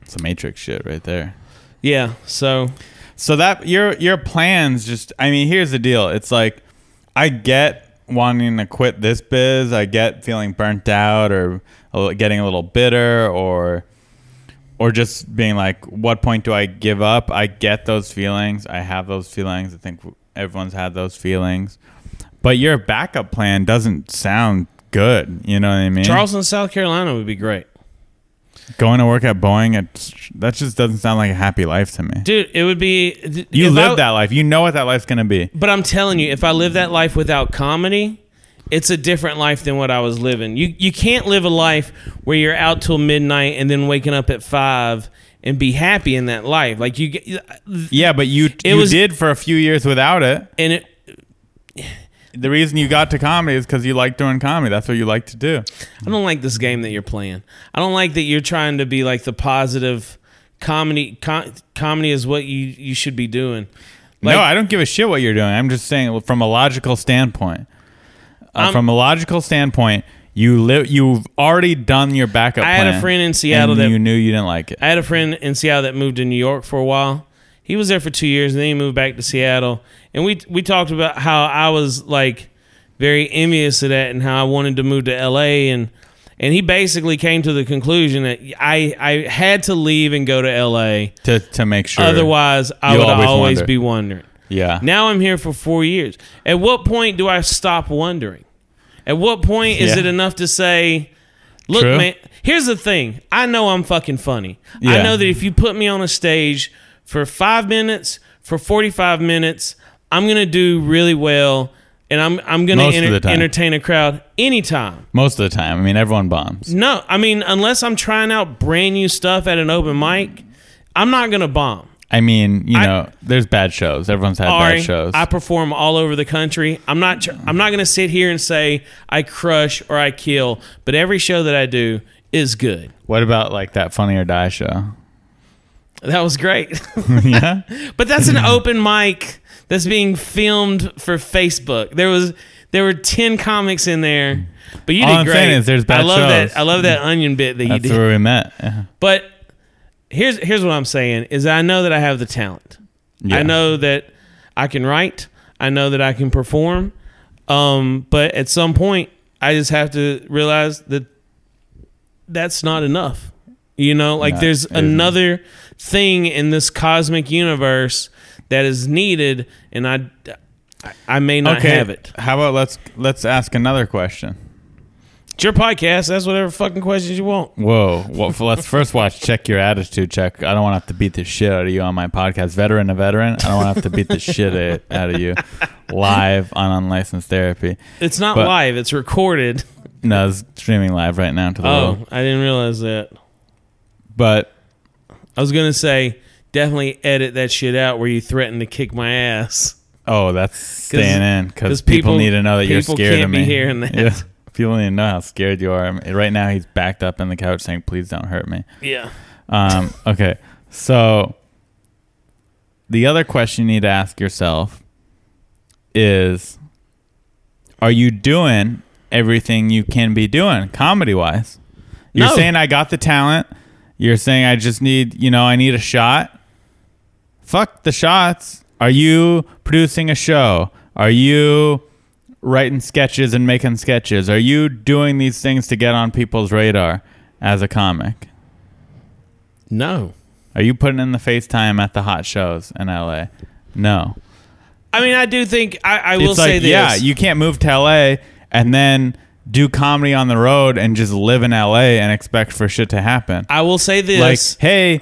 [SPEAKER 8] It's a matrix shit right there.
[SPEAKER 9] Yeah. So
[SPEAKER 8] So that your your plans just I mean, here's the deal. It's like I get wanting to quit this biz. I get feeling burnt out or a li- getting a little bitter or or just being like what point do I give up? I get those feelings. I have those feelings. I think everyone's had those feelings. But your backup plan doesn't sound good, you know what I mean?
[SPEAKER 9] Charleston, South Carolina would be great.
[SPEAKER 8] going to work at Boeing, it's, that just doesn't sound like a happy life to me.
[SPEAKER 9] Dude, it would be.
[SPEAKER 8] You
[SPEAKER 9] if
[SPEAKER 8] live
[SPEAKER 9] I-
[SPEAKER 8] that life. You know what that life's going to be.
[SPEAKER 9] But I'm telling you, if I live that life without comedy, it's a different life than what I was living. You you can't live a life where you're out till midnight and then waking up at five and be happy in that life. Like you, get,
[SPEAKER 8] Yeah, but you
[SPEAKER 9] It
[SPEAKER 8] you
[SPEAKER 9] was-
[SPEAKER 8] did for a few years without it.
[SPEAKER 9] and it,
[SPEAKER 8] The reason you got to comedy is because you like doing comedy. That's what you like to do.
[SPEAKER 9] I don't like this game that you're playing. I don't like that you're trying to be like the positive comedy. Com- comedy is what you you should be doing. Like-
[SPEAKER 8] no, I don't give a shit what you're doing. I'm just saying from a logical standpoint. Uh,
[SPEAKER 9] Um,
[SPEAKER 8] from a logical standpoint, you li- you've already done your backup.
[SPEAKER 9] I had a
[SPEAKER 8] plan,
[SPEAKER 9] friend in Seattle
[SPEAKER 8] and
[SPEAKER 9] that-
[SPEAKER 8] you knew you didn't like it.
[SPEAKER 9] I had a friend in Seattle that moved to New York for a while. He was there for two years, and then he moved back to Seattle. And we we talked about how I was like very envious of that, and how I wanted to move to L.A. and and he basically came to the conclusion that I I had to leave and go to L.A.
[SPEAKER 8] to to make sure.
[SPEAKER 9] Otherwise, I
[SPEAKER 8] You'll
[SPEAKER 9] would
[SPEAKER 8] always
[SPEAKER 9] always,
[SPEAKER 8] wonder.
[SPEAKER 9] be wondering.
[SPEAKER 8] yeah.
[SPEAKER 9] Now I'm here for four years. At what point do I stop wondering? At what point is
[SPEAKER 8] Yeah.
[SPEAKER 9] it enough to say, look,
[SPEAKER 8] True.
[SPEAKER 9] man, here's the thing. I know I'm fucking funny. I
[SPEAKER 8] Yeah.
[SPEAKER 9] know that if you put me on a stage for five minutes, for 45 minutes, I'm going to do really well. And I'm, I'm going
[SPEAKER 8] Most of the
[SPEAKER 9] to
[SPEAKER 8] time.
[SPEAKER 9] entertain a crowd anytime.
[SPEAKER 8] most of the time, I mean, everyone bombs.
[SPEAKER 9] No, I mean, unless I'm trying out brand new stuff at an open mic, I'm not going to bomb.
[SPEAKER 8] I mean, you
[SPEAKER 9] I-
[SPEAKER 8] know, there's bad shows. Everyone's had
[SPEAKER 9] Ari,
[SPEAKER 8] bad shows.
[SPEAKER 9] I perform all over the country. I'm not. tr- I'm not going to sit here and say I crush or I kill, but every show that I do is good.
[SPEAKER 8] what about like that Funny or Die show?
[SPEAKER 9] That was great,
[SPEAKER 8] yeah.
[SPEAKER 9] but that's
[SPEAKER 8] Hmm.
[SPEAKER 9] an open mic that's being filmed for Facebook. There was there were ten comics in there, but you
[SPEAKER 8] All
[SPEAKER 9] did
[SPEAKER 8] I'm
[SPEAKER 9] great.
[SPEAKER 8] saying is there's bad
[SPEAKER 9] I love
[SPEAKER 8] shows.
[SPEAKER 9] that. I love that onion bit that you
[SPEAKER 8] That's
[SPEAKER 9] did.
[SPEAKER 8] where we met. Yeah.
[SPEAKER 9] But here's here's what I'm saying is I know that I have the talent. I know that I can write. I know that I can perform. Um, but at some point, I just have to realize that that's not enough. You know, like
[SPEAKER 8] No,
[SPEAKER 9] there's
[SPEAKER 8] it isn't.
[SPEAKER 9] another thing in this cosmic universe that is needed, and I, I- I may not have it.
[SPEAKER 8] How about let's let's ask another question.
[SPEAKER 9] It's your podcast. That's whatever fucking questions you want.
[SPEAKER 8] Whoa. Well, f- let's first watch check your attitude check. I don't want to have to beat the shit out of you on my podcast. Veteran a veteran. I don't want to have to beat the shit a- out of you live on unlicensed therapy.
[SPEAKER 9] It's not
[SPEAKER 8] But-
[SPEAKER 9] live. It's recorded.
[SPEAKER 8] No, it's streaming live right now to the
[SPEAKER 9] Oh,
[SPEAKER 8] world.
[SPEAKER 9] I didn't realize that.
[SPEAKER 8] But
[SPEAKER 9] I was gonna say definitely edit that shit out where you threatened to kick my ass.
[SPEAKER 8] Oh, that's staying in because
[SPEAKER 9] 'cause
[SPEAKER 8] people,
[SPEAKER 9] people-
[SPEAKER 8] need to know that you're
[SPEAKER 9] people
[SPEAKER 8] scared
[SPEAKER 9] can't
[SPEAKER 8] of
[SPEAKER 9] be
[SPEAKER 8] me.
[SPEAKER 9] hearing that.
[SPEAKER 8] Yeah. People need to know how scared you are. I mean, Right now, he's backed up in the couch saying, "Please don't hurt me."
[SPEAKER 9] Yeah.
[SPEAKER 8] Um, okay, so the other question you need to ask yourself is: Are you doing everything you can be doing comedy-wise? You're
[SPEAKER 9] No.
[SPEAKER 8] saying I got the talent. You're saying I just need, you know, I need a shot. Fuck the shots. Are you producing a show? Are you writing sketches and making sketches? Are you doing these things to get on people's radar as a comic?
[SPEAKER 9] No.
[SPEAKER 8] Are you putting in the FaceTime at the hot shows in LA? No.
[SPEAKER 9] I mean, I do think I, I will
[SPEAKER 8] it's
[SPEAKER 9] say
[SPEAKER 8] like,
[SPEAKER 9] this.
[SPEAKER 8] yeah, you can't move to LA and then do comedy on the road and just live in LA and expect for shit to happen.
[SPEAKER 9] I will say this.
[SPEAKER 8] Like, hey,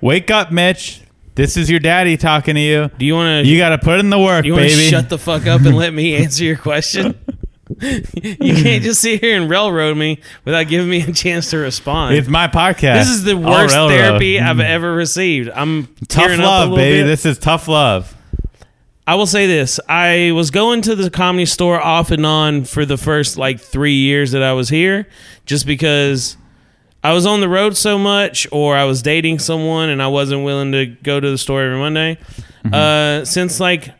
[SPEAKER 8] wake up, Mitch. This is your daddy talking to you.
[SPEAKER 9] do you want to?
[SPEAKER 8] You got to put in the work,
[SPEAKER 9] You want to
[SPEAKER 8] baby.
[SPEAKER 9] shut the fuck up and let me answer your question? you can't just sit here and railroad me without giving me a chance to respond.
[SPEAKER 8] it's my podcast.
[SPEAKER 9] this is the
[SPEAKER 8] All
[SPEAKER 9] worst
[SPEAKER 8] railroad.
[SPEAKER 9] therapy I've ever received. I'm
[SPEAKER 8] Tough
[SPEAKER 9] tearing up a
[SPEAKER 8] love,
[SPEAKER 9] little
[SPEAKER 8] baby.
[SPEAKER 9] bit.
[SPEAKER 8] This is tough love.
[SPEAKER 9] I will say this. I was going to the comedy store off and on for the first like three years that I was here just because I was on the road so much or I was dating someone and I wasn't willing to go to the store every Monday. Uh, since like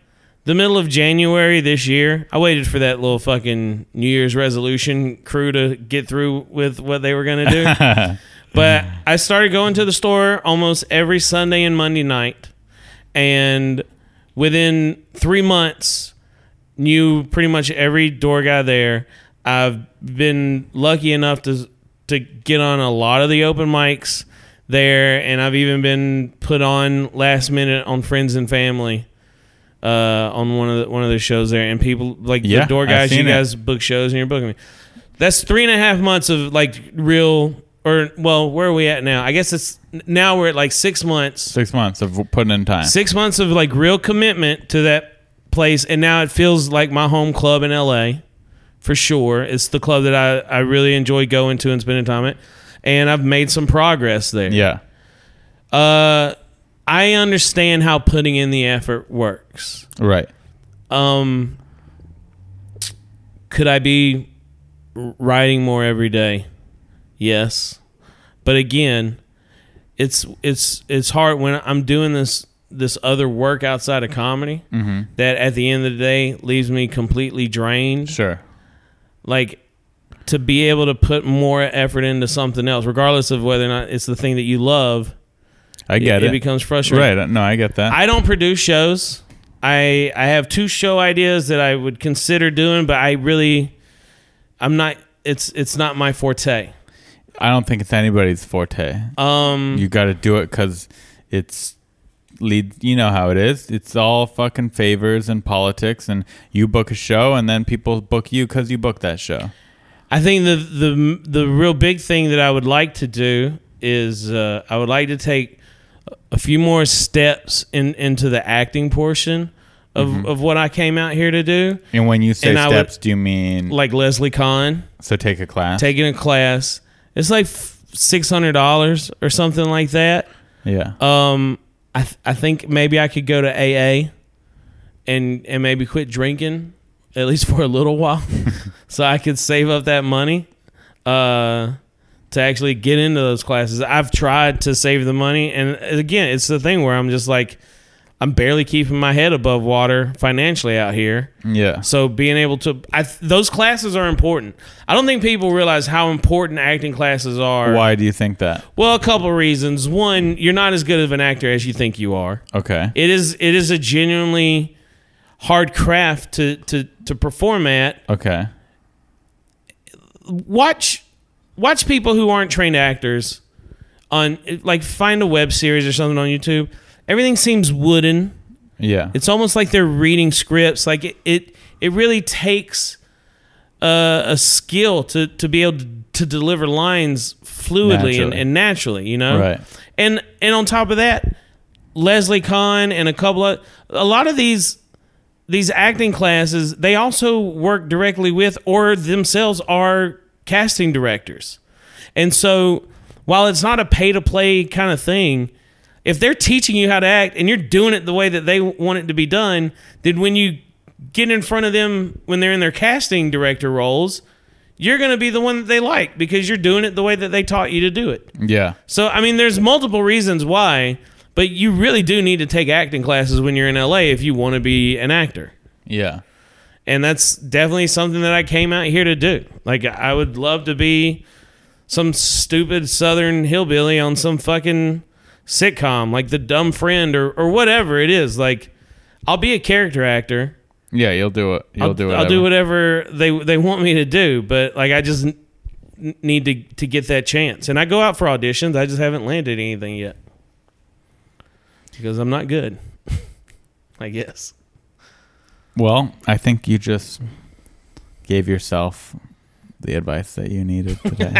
[SPEAKER 9] the middle of January this year, I waited for that little fucking New Year's resolution crew to get through with what they were going to do. But I started going to the store almost every Sunday and Monday night. And within three months, knew pretty much every door guy there. I've been lucky enough to to get on a lot of the open mics there, and I've even been put on last minute on Friends and Family uh, on one of the, one of the shows there. And people like
[SPEAKER 8] Yeah,
[SPEAKER 9] the door
[SPEAKER 8] I've
[SPEAKER 9] guys, you
[SPEAKER 8] seen it.
[SPEAKER 9] guys book shows, and you're booking me. That's three and a half months of like real or well, where are we at now? I guess it's now we're at like six months
[SPEAKER 8] Six months of putting in time.
[SPEAKER 9] six months of like real commitment to that place and now it feels like my home club in la for sure it's the club that i, I really enjoy going to and spending time at and i've made some progress there
[SPEAKER 8] Yeah.
[SPEAKER 9] uh, i understand how putting in the effort works
[SPEAKER 8] Right.
[SPEAKER 9] um could i be r- writing more every day yes but again it's it's it's hard when i'm doing this this other work outside of comedy
[SPEAKER 8] Mm-hmm.
[SPEAKER 9] that at the end of the day leaves me completely drained
[SPEAKER 8] Sure.
[SPEAKER 9] like to be able to put more effort into something else regardless of whether or not it's the thing that you love
[SPEAKER 8] I get it.
[SPEAKER 9] it becomes frustrating
[SPEAKER 8] right. No, I get that.
[SPEAKER 9] I don't produce shows. I I have two show ideas that I would consider doing, but I really I'm not it's it's not my forte.
[SPEAKER 8] I don't think it's anybody's forte.
[SPEAKER 9] Um
[SPEAKER 8] you got to do it because it's lead. You know how it is. It's all fucking favors and politics, and you book a show, and then people book you because you booked that show.
[SPEAKER 9] I think the the the real big thing that I would like to do is uh, I would like to take a few more steps in into the acting portion of of what I came out here to do,
[SPEAKER 8] And when you say
[SPEAKER 9] And I would-
[SPEAKER 8] steps, do you mean
[SPEAKER 9] like Leslie Kahn.
[SPEAKER 8] so take a class?
[SPEAKER 9] taking a class. It's like six hundred dollars or something like that.
[SPEAKER 8] yeah.
[SPEAKER 9] Um, I th- I think maybe I could go to AA, and and maybe quit drinking at least for a little while, so I could save up that money, uh, to actually get into those classes. I've tried to save the money, and again, it's the thing where I'm just like, I'm barely keeping my head above water financially out here.
[SPEAKER 8] yeah.
[SPEAKER 9] So being able to, I, th- those classes are important. I don't think people realize how important acting classes are.
[SPEAKER 8] Why do you think that?
[SPEAKER 9] Well, a couple reasons. One, you're not as good of an actor as you think you are.
[SPEAKER 8] Okay.
[SPEAKER 9] It is it is a genuinely hard craft to to to perform at.
[SPEAKER 8] okay.
[SPEAKER 9] Watch watch people who aren't trained actors on like find a web series or something on YouTube. Everything seems wooden.
[SPEAKER 8] Yeah.
[SPEAKER 9] It's almost like they're reading scripts. Like it, it, it really takes uh, a, a skill to, to be able to, to deliver lines fluidly and,
[SPEAKER 8] Naturally.
[SPEAKER 9] and naturally, you know?
[SPEAKER 8] Right.
[SPEAKER 9] And, and on top of that, Leslie Kahn and a couple of, a lot of these, these acting classes, they also work directly with or themselves are casting directors. And so while it's not a pay to play kind of thing, if they're teaching you how to act and you're doing it the way that they want it to be done, then when you get in front of them when they're in their casting director roles, you're going to be the one that they like because you're doing it the way that they taught you to do it.
[SPEAKER 8] Yeah.
[SPEAKER 9] So I mean, there's multiple reasons why, but you really do need to take acting classes when you're in LA if you want to be an actor.
[SPEAKER 8] Yeah.
[SPEAKER 9] And that's definitely something that I came out here to do. Like I would love to be some stupid southern hillbilly on some fucking sitcom, like The Dumb Friend or or whatever it is. Like I'll be a character actor.
[SPEAKER 8] Yeah, you'll do it. You'll
[SPEAKER 9] I'll,
[SPEAKER 8] do it.
[SPEAKER 9] I'll do whatever they they want me to do, but like I just n- need to to get that chance. And I go out for auditions. I just haven't landed anything yet because I'm not good. I guess.
[SPEAKER 8] Well, I think you just gave yourself the advice that you needed today.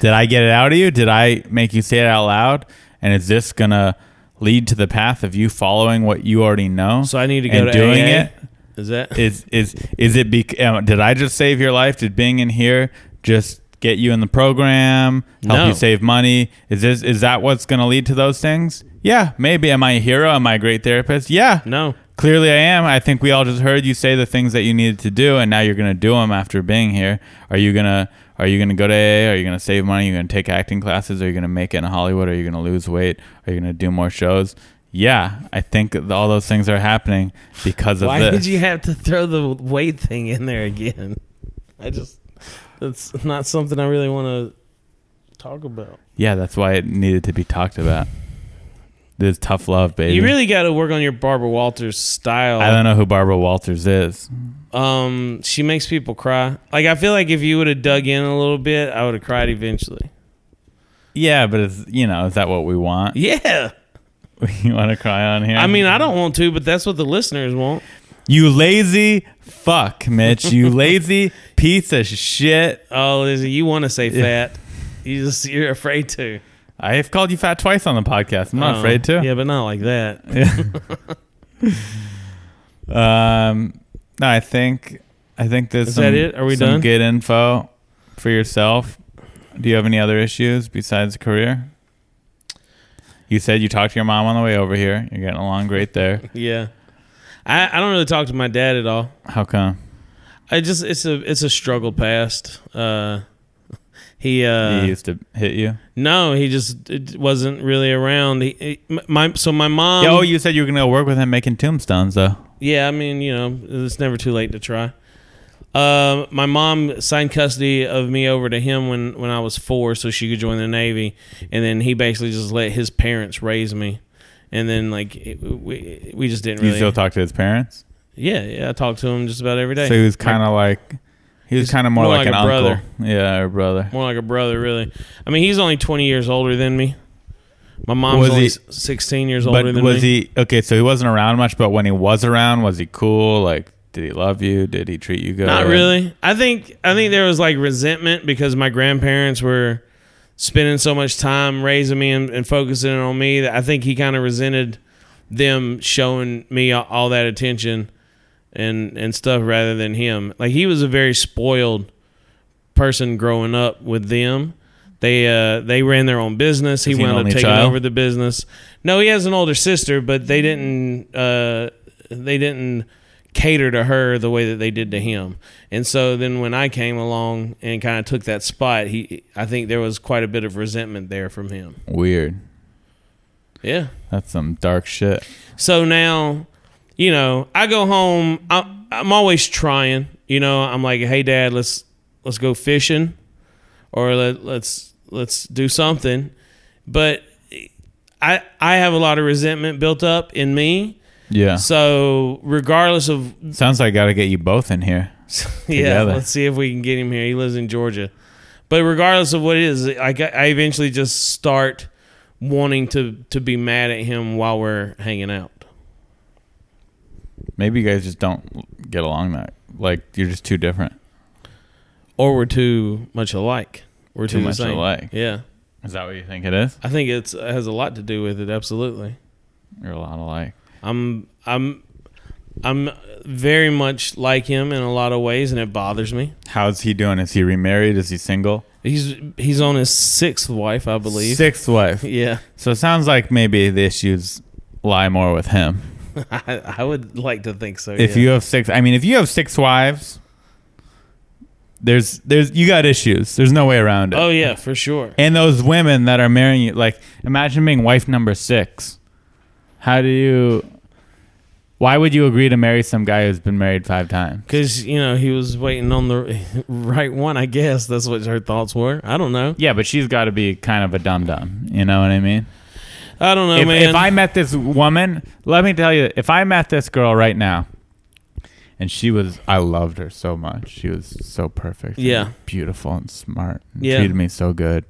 [SPEAKER 8] Did I get it out of you? Did I make you say it out loud? And is this going to lead to the path of you following what you already know?
[SPEAKER 9] So I need to go
[SPEAKER 8] and
[SPEAKER 9] to
[SPEAKER 8] doing
[SPEAKER 9] AA?
[SPEAKER 8] it?
[SPEAKER 9] Is that
[SPEAKER 8] Is is is it be um, did I just save your life? Did being in here just get you in the program, help
[SPEAKER 9] No.
[SPEAKER 8] you save money? Is this is that what's going to lead to those things? Yeah, maybe am I a hero? Am I a great therapist? Yeah.
[SPEAKER 9] no?
[SPEAKER 8] Clearly, I am. I think we all just heard you say the things that you needed to do, and now you're gonna do them after being here. Are you gonna Are you gonna go to AA? Are you gonna save money? Are you gonna take acting classes? Are you gonna make it in Hollywood? Are you gonna lose weight? Are you gonna do more shows? Yeah, I think th- all those things are happening because of
[SPEAKER 9] Why
[SPEAKER 8] this.
[SPEAKER 9] did you have to throw the weight thing in there again? I just that's not something I really want to talk about.
[SPEAKER 8] yeah, that's why it needed to be talked about. This is tough love, baby.
[SPEAKER 9] You really got to work on your Barbara Walters style.
[SPEAKER 8] I don't know who Barbara Walters is.
[SPEAKER 9] Um, she makes people cry. Like I feel like if you would have dug in a little bit, I would have cried eventually.
[SPEAKER 8] Yeah, but it's you know, is that what we want?
[SPEAKER 9] Yeah.
[SPEAKER 8] you want to cry on here?
[SPEAKER 9] I mean, I don't want to, but that's what the listeners want.
[SPEAKER 8] You lazy fuck, Mitch. You lazy piece of shit.
[SPEAKER 9] Oh, Lizzie, you want to say fat. You just you're afraid to.
[SPEAKER 8] I have called you fat twice on the podcast. I'm not
[SPEAKER 9] Oh,
[SPEAKER 8] afraid to.
[SPEAKER 9] Yeah, but not like that.
[SPEAKER 8] Um, no, I think I think there's
[SPEAKER 9] Is
[SPEAKER 8] some,
[SPEAKER 9] that it? Are we
[SPEAKER 8] some
[SPEAKER 9] done?
[SPEAKER 8] good info for yourself. Do you have any other issues besides career? You said you talked to your mom on the way over here. You're getting along great there.
[SPEAKER 9] Yeah. I, I don't really talk to my dad at all.
[SPEAKER 8] How come?
[SPEAKER 9] I just it's a it's a struggle past. Uh he uh um,
[SPEAKER 8] he used to hit you.
[SPEAKER 9] no, he just it wasn't really around. He, he- my so my mom
[SPEAKER 8] oh, you said you were gonna go work with him making tombstones though.
[SPEAKER 9] Yeah, I mean, you know, it's never too late to try. Um, my mom signed custody of me over to him when, when I was four, so she could join the Navy, and then he basically just let his parents raise me, and then like it, we we just didn't
[SPEAKER 8] You
[SPEAKER 9] really.
[SPEAKER 8] still talk to his parents.
[SPEAKER 9] yeah, yeah, I talked to him just about every day.
[SPEAKER 8] So he was kind of like, he was kind of more, like, an
[SPEAKER 9] a brother.
[SPEAKER 8] uncle. Yeah, or brother.
[SPEAKER 9] more like a brother, really. I mean, he's only twenty years older than me. My mom's
[SPEAKER 8] Was
[SPEAKER 9] only
[SPEAKER 8] he-
[SPEAKER 9] s- sixteen years
[SPEAKER 8] But
[SPEAKER 9] older than
[SPEAKER 8] was
[SPEAKER 9] me.
[SPEAKER 8] he okay? So he wasn't around much. But when he was around, was he cool? Like, did he love you? Did he treat you good?
[SPEAKER 9] Not really. I think I think there was like resentment because my grandparents were spending so much time raising me and, and focusing on me that I think he kind of resented them showing me all, all that attention and and stuff rather than him. Like he was a very spoiled person growing up with them. They uh they ran their own business. He
[SPEAKER 8] he an
[SPEAKER 9] wound up
[SPEAKER 8] only
[SPEAKER 9] taking
[SPEAKER 8] child?
[SPEAKER 9] over the business. No, he has an older sister, but they didn't uh they didn't cater to her the way that they did to him. And so then when I came along and kind of took that spot, he I think there was quite a bit of resentment there from him.
[SPEAKER 8] Weird.
[SPEAKER 9] Yeah.
[SPEAKER 8] That's some dark shit.
[SPEAKER 9] So now, you know, I go home. I'm, I'm always trying. You know, I'm like, hey, Dad, let's let's go fishing, or let, let's let's do something. But I I have a lot of resentment built up in me.
[SPEAKER 8] Yeah.
[SPEAKER 9] So regardless of
[SPEAKER 8] Sounds like I got to get you both in here.
[SPEAKER 9] yeah,
[SPEAKER 8] Together.
[SPEAKER 9] let's see if we can get him here. He lives in Georgia. But regardless of what it is, I, got- I eventually just start wanting to to be mad at him while we're hanging out.
[SPEAKER 8] Maybe you guys just don't get along that. Like you're just too different.
[SPEAKER 9] or we're too much alike. We're
[SPEAKER 8] Too
[SPEAKER 9] too, the
[SPEAKER 8] much
[SPEAKER 9] same.
[SPEAKER 8] alike.
[SPEAKER 9] Yeah,
[SPEAKER 8] Is that what you think it is?
[SPEAKER 9] I think it's it has a lot to do with it. Absolutely.
[SPEAKER 8] You're a lot alike.
[SPEAKER 9] I'm I'm I'm very much like him in a lot of ways, and it bothers me.
[SPEAKER 8] How's he doing? Is he remarried? Is he single?
[SPEAKER 9] He's he's on his sixth wife, I believe.
[SPEAKER 8] Sixth wife.
[SPEAKER 9] Yeah,
[SPEAKER 8] So it sounds like maybe the issues lie more with him.
[SPEAKER 9] I, I would like to think so.
[SPEAKER 8] If
[SPEAKER 9] yeah.
[SPEAKER 8] you have six, I mean, if you have six wives, there's there's you got issues. There's no way around it.
[SPEAKER 9] oh yeah, for sure.
[SPEAKER 8] And those women that are marrying you, like imagine being wife number six. How do you? Why would you agree to marry some guy who's been married five times?
[SPEAKER 9] Because you know he was waiting on the right one. I guess that's what her thoughts were. I don't know.
[SPEAKER 8] Yeah, but she's got to be kind of a dum dum. You know what I mean?
[SPEAKER 9] I don't know,
[SPEAKER 8] if,
[SPEAKER 9] man.
[SPEAKER 8] if I met this woman, let me tell you, if I met this girl right now, and she was, I loved her so much. She was so perfect. and
[SPEAKER 9] Yeah.
[SPEAKER 8] beautiful and smart. And
[SPEAKER 9] Yeah.
[SPEAKER 8] treated me so good.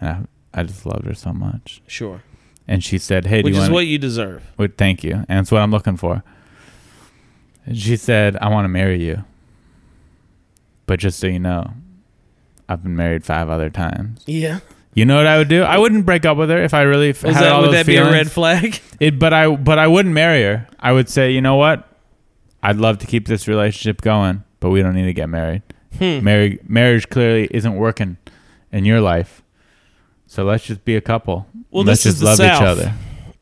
[SPEAKER 8] And I, I just loved her so much.
[SPEAKER 9] sure,
[SPEAKER 8] And she said, "Hey,
[SPEAKER 9] which
[SPEAKER 8] do you
[SPEAKER 9] is
[SPEAKER 8] want?"
[SPEAKER 9] what you deserve.
[SPEAKER 8] Well, thank you, and it's what I'm looking for. And she said, "I want to marry you." But just so you know, I've been married five other times.
[SPEAKER 9] Yeah,
[SPEAKER 8] You know what I would do? I wouldn't break up with her if I really f-
[SPEAKER 9] was
[SPEAKER 8] had
[SPEAKER 9] that
[SPEAKER 8] all
[SPEAKER 9] would
[SPEAKER 8] those
[SPEAKER 9] that
[SPEAKER 8] feelings.
[SPEAKER 9] be a red flag?
[SPEAKER 8] It, but I but I wouldn't marry her. I would say, you know what? I'd love to keep this relationship going, but we don't need to get married.
[SPEAKER 9] Hmm.
[SPEAKER 8] Marri- marriage clearly isn't working in your life, so let's just be a couple.
[SPEAKER 9] Well,
[SPEAKER 8] let's just
[SPEAKER 9] this is the
[SPEAKER 8] love
[SPEAKER 9] South.
[SPEAKER 8] each other.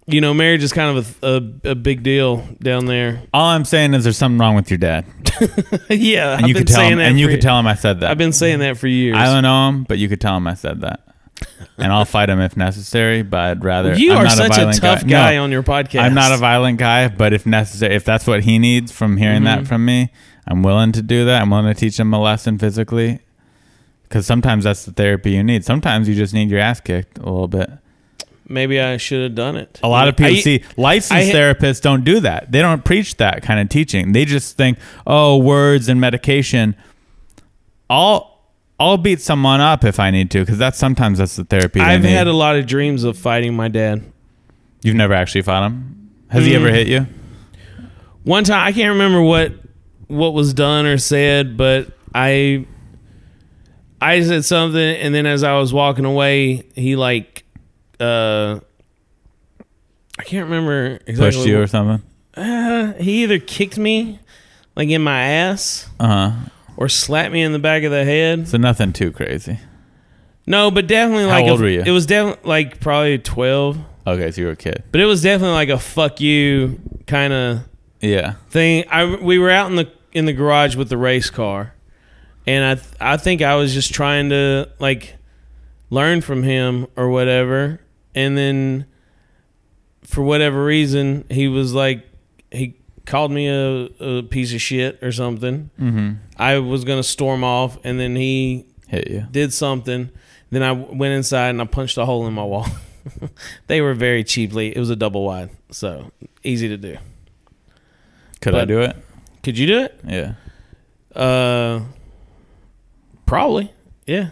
[SPEAKER 9] You know, marriage is kind of a, a, a big deal down there.
[SPEAKER 8] All I'm saying is there's something wrong with your dad,
[SPEAKER 9] yeah,
[SPEAKER 8] and
[SPEAKER 9] I've
[SPEAKER 8] you
[SPEAKER 9] been
[SPEAKER 8] could tell
[SPEAKER 9] saying
[SPEAKER 8] him,
[SPEAKER 9] that.
[SPEAKER 8] and you
[SPEAKER 9] for-
[SPEAKER 8] could tell him I said that.
[SPEAKER 9] I've been saying that for years.
[SPEAKER 8] I don't know him, but you could tell him I said that. and I'll fight him if necessary, but I'd rather.
[SPEAKER 9] you
[SPEAKER 8] I'm
[SPEAKER 9] are
[SPEAKER 8] not
[SPEAKER 9] such a,
[SPEAKER 8] violent
[SPEAKER 9] tough
[SPEAKER 8] No.
[SPEAKER 9] guy on your podcast.
[SPEAKER 8] I'm not a violent guy, but if necessary, if that's what he needs from hearing that from me, I'm willing to do that. I'm willing to teach him a lesson physically, because sometimes that's the therapy you need. Sometimes you just need your ass kicked a little bit.
[SPEAKER 9] Maybe I should have done it.
[SPEAKER 8] A lot of people
[SPEAKER 9] I-
[SPEAKER 8] see licensed
[SPEAKER 9] I-
[SPEAKER 8] therapists don't do that. They don't preach that kind of teaching. They just think, oh, words and medication. I'll I'll beat someone up if I need to, because that's sometimes that's the therapy. They
[SPEAKER 9] I've
[SPEAKER 8] need.
[SPEAKER 9] had a lot of dreams of fighting my dad.
[SPEAKER 8] You've never actually fought him. Has he ever hit you?
[SPEAKER 9] One time, I can't remember what what was done or said, but I I said something, and then as I was walking away, he like uh I can't remember exactly.
[SPEAKER 8] Pushed you or something?
[SPEAKER 9] what- he either kicked me like in my ass
[SPEAKER 8] Uh huh.
[SPEAKER 9] or slapped me in the back of the head.
[SPEAKER 8] So nothing too crazy.
[SPEAKER 9] No, but definitely
[SPEAKER 8] How
[SPEAKER 9] like a-
[SPEAKER 8] old were you?
[SPEAKER 9] it was definitely like probably twelve.
[SPEAKER 8] Okay, so you were a kid.
[SPEAKER 9] But it was definitely like a fuck you kind of
[SPEAKER 8] Yeah.
[SPEAKER 9] thing. I we were out in the in the garage with the race car, and I th- I think I was just trying to like learn from him or whatever. And then for whatever reason, he was like he called me a, a piece of shit or something. Mm-hmm. I was gonna storm off, and then he
[SPEAKER 8] Hit you.
[SPEAKER 9] did something. Then I w- went inside and I punched a hole in my wall. they were very cheaply. It was a double wide, so easy to do.
[SPEAKER 8] Could I
[SPEAKER 9] But-
[SPEAKER 8] do it?
[SPEAKER 9] Could you do it?
[SPEAKER 8] Yeah.
[SPEAKER 9] Uh, probably. Yeah.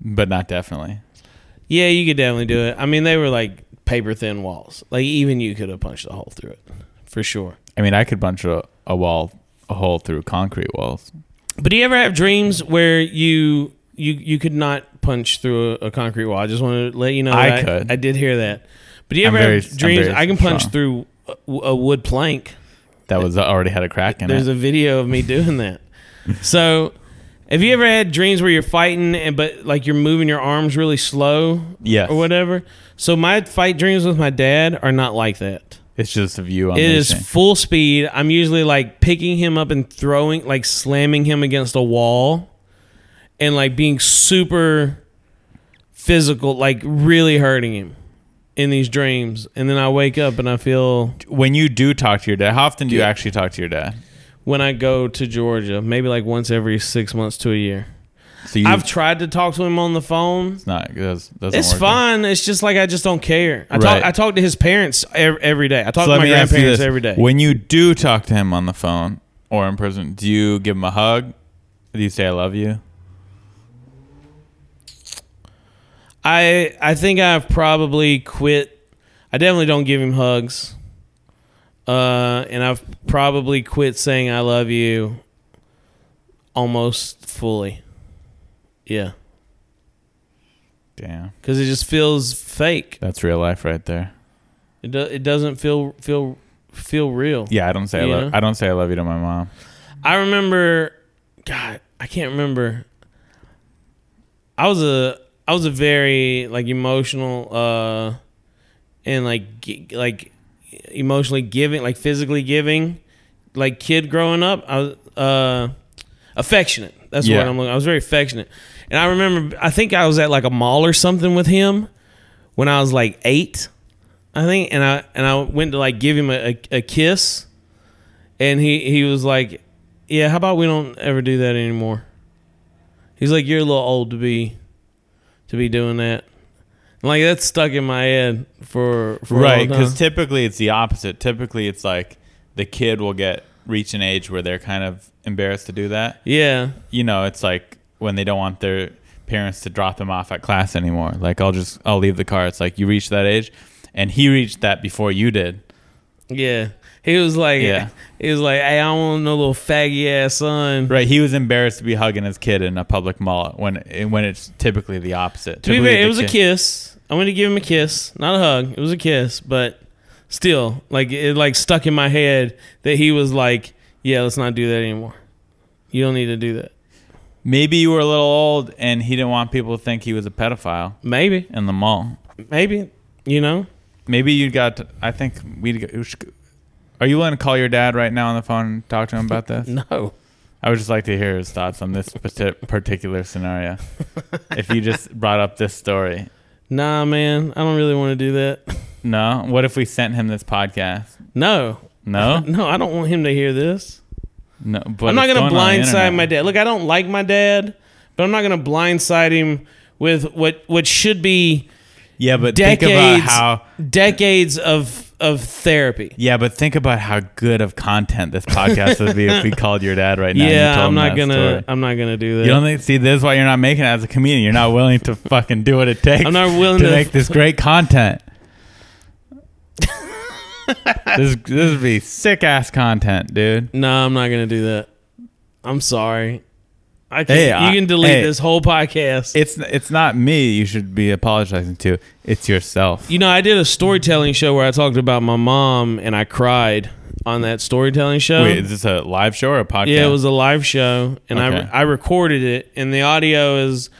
[SPEAKER 8] But not definitely.
[SPEAKER 9] Yeah, you could definitely do it. I mean, they were like paper thin walls. Like even you could have punched a hole through it, for sure.
[SPEAKER 8] I mean, I could punch a, a wall, a hole through concrete walls.
[SPEAKER 9] But do you ever have dreams where you you you could not punch through a, a concrete wall? I just want to let you know.
[SPEAKER 8] I
[SPEAKER 9] that
[SPEAKER 8] could.
[SPEAKER 9] I did hear that. But do you
[SPEAKER 8] I'm
[SPEAKER 9] ever
[SPEAKER 8] very-
[SPEAKER 9] have
[SPEAKER 8] I'm
[SPEAKER 9] dreams?
[SPEAKER 8] very
[SPEAKER 9] I can punch
[SPEAKER 8] strong.
[SPEAKER 9] through a, a wood plank.
[SPEAKER 8] That was already had a crack in
[SPEAKER 9] There's
[SPEAKER 8] it.
[SPEAKER 9] a video of me doing that. So, have you ever had dreams where you're fighting and but like you're moving your arms really slow?
[SPEAKER 8] Yes.
[SPEAKER 9] Or whatever. So my fight dreams with my dad are not like that.
[SPEAKER 8] it's just a view on
[SPEAKER 9] It is full speed. I'm usually like picking him up and throwing, like slamming him against a wall, and like being super physical, like really hurting him in these dreams. And then I wake up and I feel
[SPEAKER 8] when you do talk to your dad. How often do you actually talk to your dad?
[SPEAKER 9] when I go to Georgia, maybe like once every six months to a year.
[SPEAKER 8] So you,
[SPEAKER 9] I've tried to talk to him on the phone.
[SPEAKER 8] it's not. That's, doesn't
[SPEAKER 9] It's
[SPEAKER 8] work.
[SPEAKER 9] fine. It's just like I just don't care. I
[SPEAKER 8] Right.
[SPEAKER 9] talk. I talk to his parents ev- every day. I
[SPEAKER 8] So
[SPEAKER 9] talk to
[SPEAKER 8] let
[SPEAKER 9] my
[SPEAKER 8] me ask you this:
[SPEAKER 9] grandparents every day.
[SPEAKER 8] when you do talk to him on the phone or in person, do you give him a hug? Do you say "I love you"?
[SPEAKER 9] I I think I've probably quit. I definitely don't give him hugs. Uh, and I've probably quit saying I love you almost fully. Yeah,
[SPEAKER 8] Damn,
[SPEAKER 9] because it just feels fake.
[SPEAKER 8] that's real life right there.
[SPEAKER 9] It do, it doesn't feel feel feel real.
[SPEAKER 8] Yeah, I don't say
[SPEAKER 9] You
[SPEAKER 8] I love.
[SPEAKER 9] know?
[SPEAKER 8] I don't say I love you to my mom.
[SPEAKER 9] I remember, God, I can't remember. I was a I was a very like emotional uh and like gi- like emotionally giving, like physically giving, like kid growing up. I was uh affectionate. That's
[SPEAKER 8] Yeah.
[SPEAKER 9] what I'm looking. I was very affectionate. And I remember I think I was at like a mall or something with him when I was like 8. I think and I and I went to like give him a, a, a kiss and he he was like, "Yeah, how about we don't ever do that anymore?" He's like, "You're a little old to be to be doing that." And, Like that's stuck in my head for for a
[SPEAKER 8] right
[SPEAKER 9] long
[SPEAKER 8] because
[SPEAKER 9] time.
[SPEAKER 8] typically it's the opposite typically it's like the kid will get reach an age where they're kind of embarrassed to do that
[SPEAKER 9] yeah,
[SPEAKER 8] you know it's like when they don't want their parents to drop them off at class anymore like i'll just i'll leave the car it's like you reach that age and he reached that before you did
[SPEAKER 9] yeah. He was like,
[SPEAKER 8] Yeah.
[SPEAKER 9] he was like, "Hey, I don't want no little faggy ass son."
[SPEAKER 8] right he was embarrassed to be hugging his kid in a public mall when when it's typically the opposite
[SPEAKER 9] To be
[SPEAKER 8] Typically
[SPEAKER 9] fair, it
[SPEAKER 8] the
[SPEAKER 9] was a
[SPEAKER 8] kid-
[SPEAKER 9] kiss. I went to give him a kiss, not a hug. It was a kiss, but still, like it like stuck in my head that he was like, "Yeah, let's not do that anymore. You don't need to do that."
[SPEAKER 8] maybe you were a little old and he didn't want people to think he was a pedophile
[SPEAKER 9] Maybe,
[SPEAKER 8] in the mall
[SPEAKER 9] maybe, you know.
[SPEAKER 8] Maybe you got. I think we. would Are you willing to call your dad right now on the phone and talk to him about this?
[SPEAKER 9] No.
[SPEAKER 8] I would just like to hear his thoughts on this parti- particular scenario. if you just brought up this story,
[SPEAKER 9] Nah, man. I don't really want to do that.
[SPEAKER 8] no. What if we sent him this podcast?
[SPEAKER 9] No.
[SPEAKER 8] No,
[SPEAKER 9] No, I don't want him to hear this.
[SPEAKER 8] no. But
[SPEAKER 9] I'm not
[SPEAKER 8] it's
[SPEAKER 9] going to
[SPEAKER 8] going on the
[SPEAKER 9] blindside
[SPEAKER 8] internet.
[SPEAKER 9] my dad. Look, I don't like my dad, but I'm not going to blindside him with what what should be
[SPEAKER 8] Yeah, but think about
[SPEAKER 9] decades
[SPEAKER 8] how.
[SPEAKER 9] decades of of therapy.
[SPEAKER 8] Yeah, but think about how good of content this podcast would be if we called your dad right now. and you
[SPEAKER 9] yeah,
[SPEAKER 8] told
[SPEAKER 9] I'm
[SPEAKER 8] him
[SPEAKER 9] not
[SPEAKER 8] that
[SPEAKER 9] going to
[SPEAKER 8] story.
[SPEAKER 9] I'm not going to do that.
[SPEAKER 8] You don't think, see this is why you're not making it as a comedian. You're not willing to fucking do what it takes.
[SPEAKER 9] I'm not willing to-
[SPEAKER 8] make this great content. this this would be sick ass content, dude.
[SPEAKER 9] no, I'm not going to do that. I'm sorry. I can,
[SPEAKER 8] Hey, I-
[SPEAKER 9] you can delete
[SPEAKER 8] hey.
[SPEAKER 9] this whole podcast.
[SPEAKER 8] It's it's not me you should be apologizing to. It's yourself.
[SPEAKER 9] You know, I did a storytelling show where I talked about my mom and I cried on that storytelling show.
[SPEAKER 8] Wait, is this a live show or a podcast?
[SPEAKER 9] yeah, it was a live show and
[SPEAKER 8] Okay.
[SPEAKER 9] I I recorded it and the audio is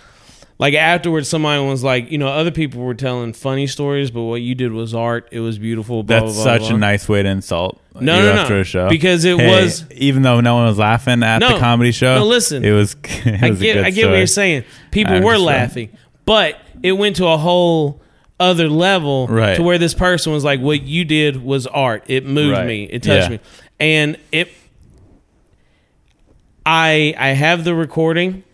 [SPEAKER 9] like afterwards somebody was like, you know, other people were telling funny stories, but what you did was art. It was beautiful. Blah,
[SPEAKER 8] That's
[SPEAKER 9] blah, blah,
[SPEAKER 8] such
[SPEAKER 9] blah.
[SPEAKER 8] a nice way to insult.
[SPEAKER 9] No,
[SPEAKER 8] you
[SPEAKER 9] no, no.
[SPEAKER 8] after A show.
[SPEAKER 9] Because it
[SPEAKER 8] Hey,
[SPEAKER 9] was-
[SPEAKER 8] even though no one was laughing at
[SPEAKER 9] No.
[SPEAKER 8] the comedy show.
[SPEAKER 9] No, listen.
[SPEAKER 8] it was. It was
[SPEAKER 9] I
[SPEAKER 8] a
[SPEAKER 9] get
[SPEAKER 8] good
[SPEAKER 9] I get what
[SPEAKER 8] story.
[SPEAKER 9] you're saying. People
[SPEAKER 8] I'm
[SPEAKER 9] were
[SPEAKER 8] just-
[SPEAKER 9] laughing, but it went to a whole other level
[SPEAKER 8] Right.
[SPEAKER 9] to where this person was like, "What you did was art. It moved
[SPEAKER 8] Right.
[SPEAKER 9] me. It touched
[SPEAKER 8] Yeah.
[SPEAKER 9] me." And it, I I have the recording,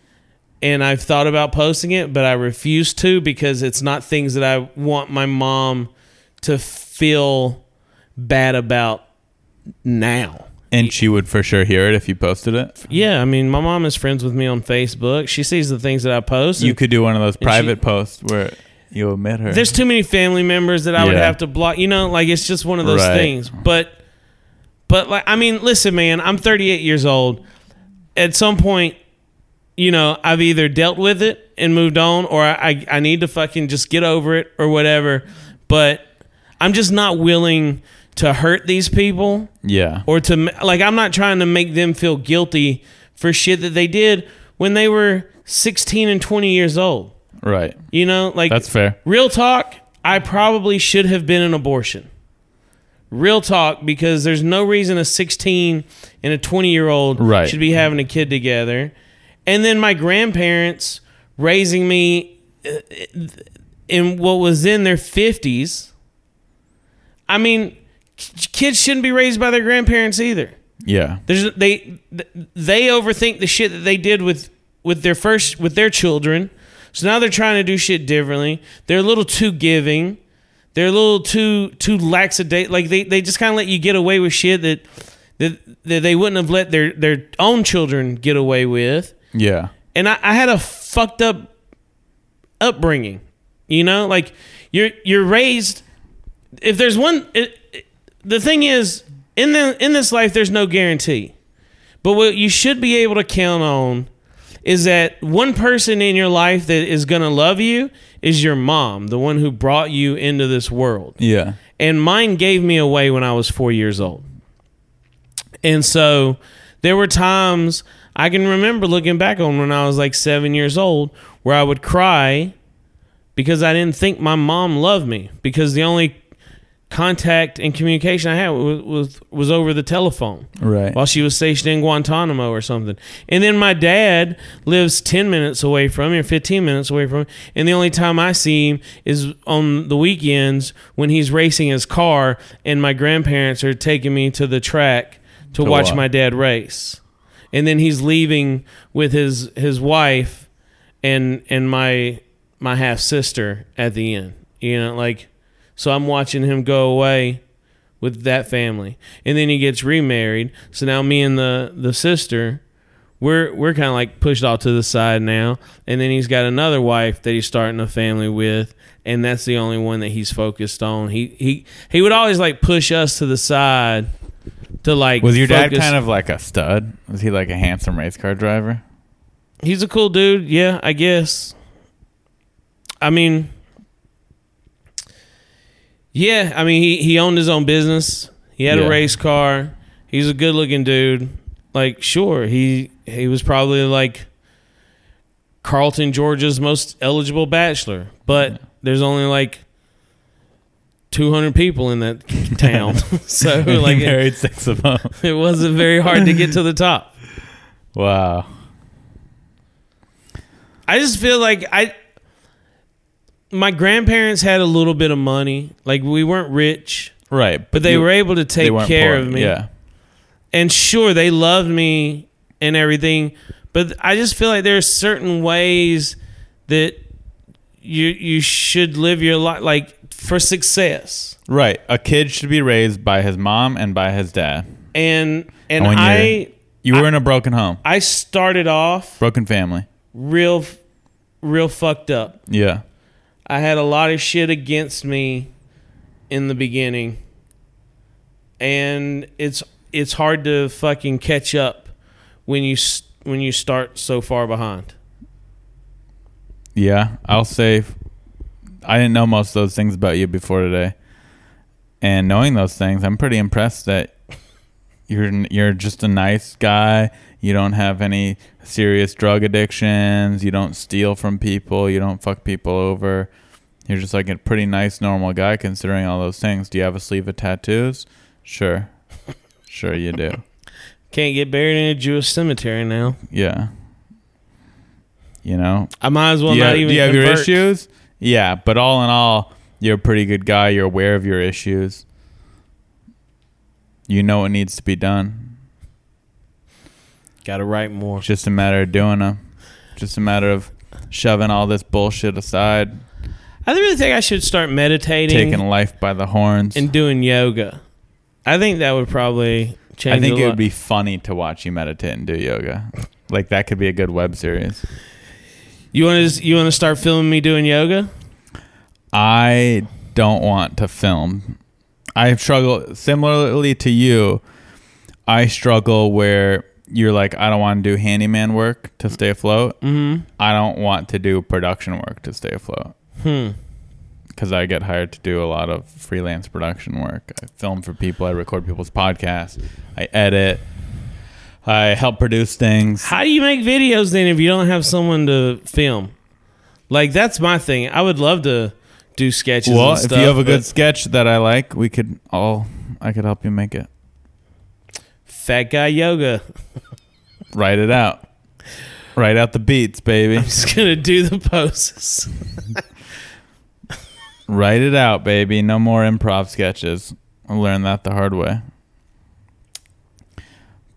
[SPEAKER 9] and I've thought about posting it, but I refuse to because it's not things that I want my mom to feel bad about now.
[SPEAKER 8] And she would for sure hear it if you posted it.
[SPEAKER 9] Yeah, I mean, my mom is friends with me on Facebook. She sees the things that I post.
[SPEAKER 8] You
[SPEAKER 9] and-
[SPEAKER 8] could do one of those
[SPEAKER 9] she-
[SPEAKER 8] private posts where you omit her.
[SPEAKER 9] There's too many family members that I would
[SPEAKER 8] Yeah.
[SPEAKER 9] have to block. You know, like it's just one of those
[SPEAKER 8] Right.
[SPEAKER 9] things. But, but like, I mean, listen, man, I'm 38 years old. At some point, you know, I've either dealt with it and moved on, or I, I, I need to fucking just get over it or whatever. But I'm just not willing to hurt these people
[SPEAKER 8] yeah.
[SPEAKER 9] or to like I'm not trying to make them feel guilty for shit that they did when they were 16 and 20 years old.
[SPEAKER 8] right.
[SPEAKER 9] You know, like
[SPEAKER 8] That's fair.
[SPEAKER 9] Real talk, I probably should have been an abortion. Real talk because there's no reason a 16 and a 20 year old
[SPEAKER 8] Right.
[SPEAKER 9] should be having a kid together. And then my grandparents raising me uh, in what was in their 50s. I mean, k- kids shouldn't be raised by their grandparents either.
[SPEAKER 8] Yeah.
[SPEAKER 9] There's they they overthink the shit that they did with with their first with their children. So now they're trying to do shit differently. They're a little too giving. They're a little too too laxidate. Like they, they just kind of let you get away with shit that, that that they wouldn't have let their their own children get away with.
[SPEAKER 8] Yeah.
[SPEAKER 9] And I, I had a fucked up upbringing. You know, like you're you're raised. If there's one, it, it- the thing is in the in this life, there's no guarantee. But what you should be able to count on is that one person in your life that is gonna love you is your mom, the one who brought you into this world
[SPEAKER 8] Yeah.
[SPEAKER 9] and mine gave me away when I was four years old. And so there were times I can remember looking back on when I was like seven years old, where I would cry because I didn't think my mom loved me because the only contact and communication I had was was, was over the telephone.
[SPEAKER 8] Right.
[SPEAKER 9] While she was stationed in Guantanamo or something. And then my dad lives 10 minutes away from me or 15 minutes away from me. And the only time I see him is on the weekends when he's racing his car and my grandparents are taking me to the track to, watch
[SPEAKER 8] watch.
[SPEAKER 9] my dad race. And then he's leaving with his his wife and and my my half sister at the end. You know, like so I'm watching him go away with that family. And then he gets remarried. So now me and the the sister, we're we're kind of like pushed off to the side now. And then he's got another wife that he's starting a family with, and that's the only one that he's focused on. He he he would always like push us to the side to like
[SPEAKER 8] Was your dad
[SPEAKER 9] focus-
[SPEAKER 8] kind of like a stud? Was he like a handsome race car driver?
[SPEAKER 9] He's a cool dude, yeah, I guess. I mean, yeah, I mean he he owned his own business. He had
[SPEAKER 8] Yeah.
[SPEAKER 9] a race car. He's a good looking dude. Like, sure, he he was probably like Carlton, Georgia's most eligible bachelor, but there's only like 200 people in that town, so
[SPEAKER 8] He
[SPEAKER 9] like it,
[SPEAKER 8] married six of them.
[SPEAKER 9] it wasn't very hard to get to the top.
[SPEAKER 8] wow.
[SPEAKER 9] I just feel like I my grandparents had a little bit of money. Like we weren't rich,
[SPEAKER 8] Right,
[SPEAKER 9] but they
[SPEAKER 8] you-
[SPEAKER 9] were able to
[SPEAKER 8] they
[SPEAKER 9] take
[SPEAKER 8] weren't
[SPEAKER 9] care
[SPEAKER 8] poor.
[SPEAKER 9] of me.
[SPEAKER 8] Yeah,
[SPEAKER 9] And sure, they loved me and everything, but I just feel like there's certain ways that you you should live your life like for success.
[SPEAKER 8] right. A kid should be raised by his mom and by his dad.
[SPEAKER 9] And and
[SPEAKER 8] when
[SPEAKER 9] I
[SPEAKER 8] You were in a broken home,
[SPEAKER 9] I started off
[SPEAKER 8] broken family.
[SPEAKER 9] real real fucked up.
[SPEAKER 8] Yeah,
[SPEAKER 9] I had a lot of shit against me in the beginning. And it's it's hard to fucking catch up when you s- when you start so far behind.
[SPEAKER 8] yeah. I'll say, f- I didn't know most of those things about you before today, and knowing those things, I'm pretty impressed that you're n- you're just a nice guy. You don't have any serious drug addictions. You don't steal from people. You don't fuck people over. You're just like a pretty nice, normal guy considering all those things. Do you have a sleeve of tattoos? Sure, sure you do.
[SPEAKER 9] Can't get buried in a Jewish cemetery now.
[SPEAKER 8] Yeah. You know,
[SPEAKER 9] I might as well
[SPEAKER 8] do you,
[SPEAKER 9] not
[SPEAKER 8] have-
[SPEAKER 9] even
[SPEAKER 8] do you have your
[SPEAKER 9] convert.
[SPEAKER 8] issues? Yeah, but all in all, you're a pretty good guy. You're aware of your issues. You know what needs to be done.
[SPEAKER 9] Got to write more.
[SPEAKER 8] It's just a matter of doing them. Just a matter of shoving all this bullshit aside,
[SPEAKER 9] I really think I should start meditating
[SPEAKER 8] taking life by the horns.
[SPEAKER 9] and doing yoga. I think that would probably change
[SPEAKER 8] I think
[SPEAKER 9] a
[SPEAKER 8] it
[SPEAKER 9] lot.
[SPEAKER 8] would be funny to watch you meditate and do yoga. Like that could be a good web series.
[SPEAKER 9] You want to you want to start filming me doing yoga?
[SPEAKER 8] I don't want to film. I struggle similarly to you. I struggle where you're like, I don't want to do handyman work to stay afloat. Mm-hmm. I don't want to do production work to stay afloat. Hmm. Because I get hired to do a lot of freelance production work. I film for people. I record people's podcasts. I edit. I help produce things.
[SPEAKER 9] How do you make videos then if you don't have someone to film? Like that's my thing. I would love to do sketches.
[SPEAKER 8] well,
[SPEAKER 9] and
[SPEAKER 8] if
[SPEAKER 9] stuff,
[SPEAKER 8] you have a
[SPEAKER 9] but
[SPEAKER 8] good sketch that I like, we could all. I could help you make it.
[SPEAKER 9] fat guy yoga,
[SPEAKER 8] Write it out. Write out the beats, baby.
[SPEAKER 9] just gonna do the poses.
[SPEAKER 8] Write it out, baby. No more improv sketches. I learned that the hard way.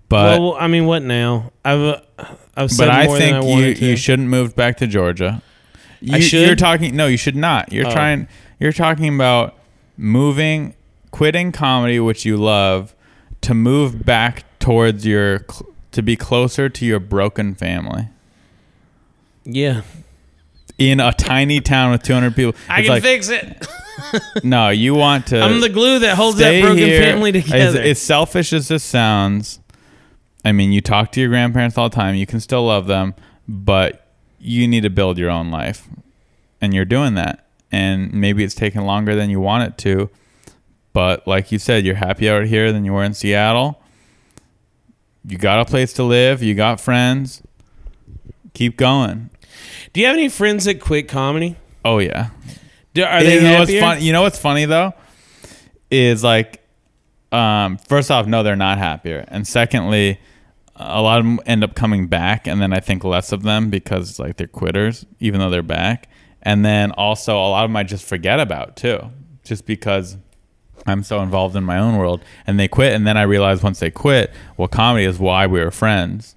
[SPEAKER 8] But
[SPEAKER 9] well, I mean, what now? I've uh, I've said
[SPEAKER 8] Uh, but I
[SPEAKER 9] more
[SPEAKER 8] think
[SPEAKER 9] than I
[SPEAKER 8] you
[SPEAKER 9] wanted to.
[SPEAKER 8] you shouldn't move back to Georgia. You,
[SPEAKER 9] should?
[SPEAKER 8] You're talking. No, you should not. You're
[SPEAKER 9] Oh.
[SPEAKER 8] trying. You're talking about moving, quitting comedy, which you love, to move back towards your cl- to be closer to your broken family
[SPEAKER 9] yeah,
[SPEAKER 8] in a tiny town with 200 people.
[SPEAKER 9] I
[SPEAKER 8] It's
[SPEAKER 9] can
[SPEAKER 8] like,
[SPEAKER 9] fix it.
[SPEAKER 8] No, you want to.
[SPEAKER 9] I'm the glue that holds
[SPEAKER 8] stay
[SPEAKER 9] that broken
[SPEAKER 8] here.
[SPEAKER 9] family
[SPEAKER 8] As-
[SPEAKER 9] together.
[SPEAKER 8] As, selfish as this sounds, I mean, you talk to your grandparents all the time. You can still love them, but you need to build your own life, and you're doing that. And maybe it's taking longer than you want it to, but like you said, you're happier out here than you were in Seattle. You got a place to live. You got friends. Keep going.
[SPEAKER 9] Do you have any friends that quit comedy?
[SPEAKER 8] Oh yeah.
[SPEAKER 9] Do, are
[SPEAKER 8] you
[SPEAKER 9] they
[SPEAKER 8] know what's
[SPEAKER 9] happier?
[SPEAKER 8] funny? You know what's funny though is like, um, first off, no, they're not happier, and secondly, a lot of them end up coming back, and then I think less of them because like they're quitters, even though they're back, and then also a lot of them I just forget about too, just because. I'm so involved in my own world, and they quit, and then I realized once they quit, well, comedy is why we were friends.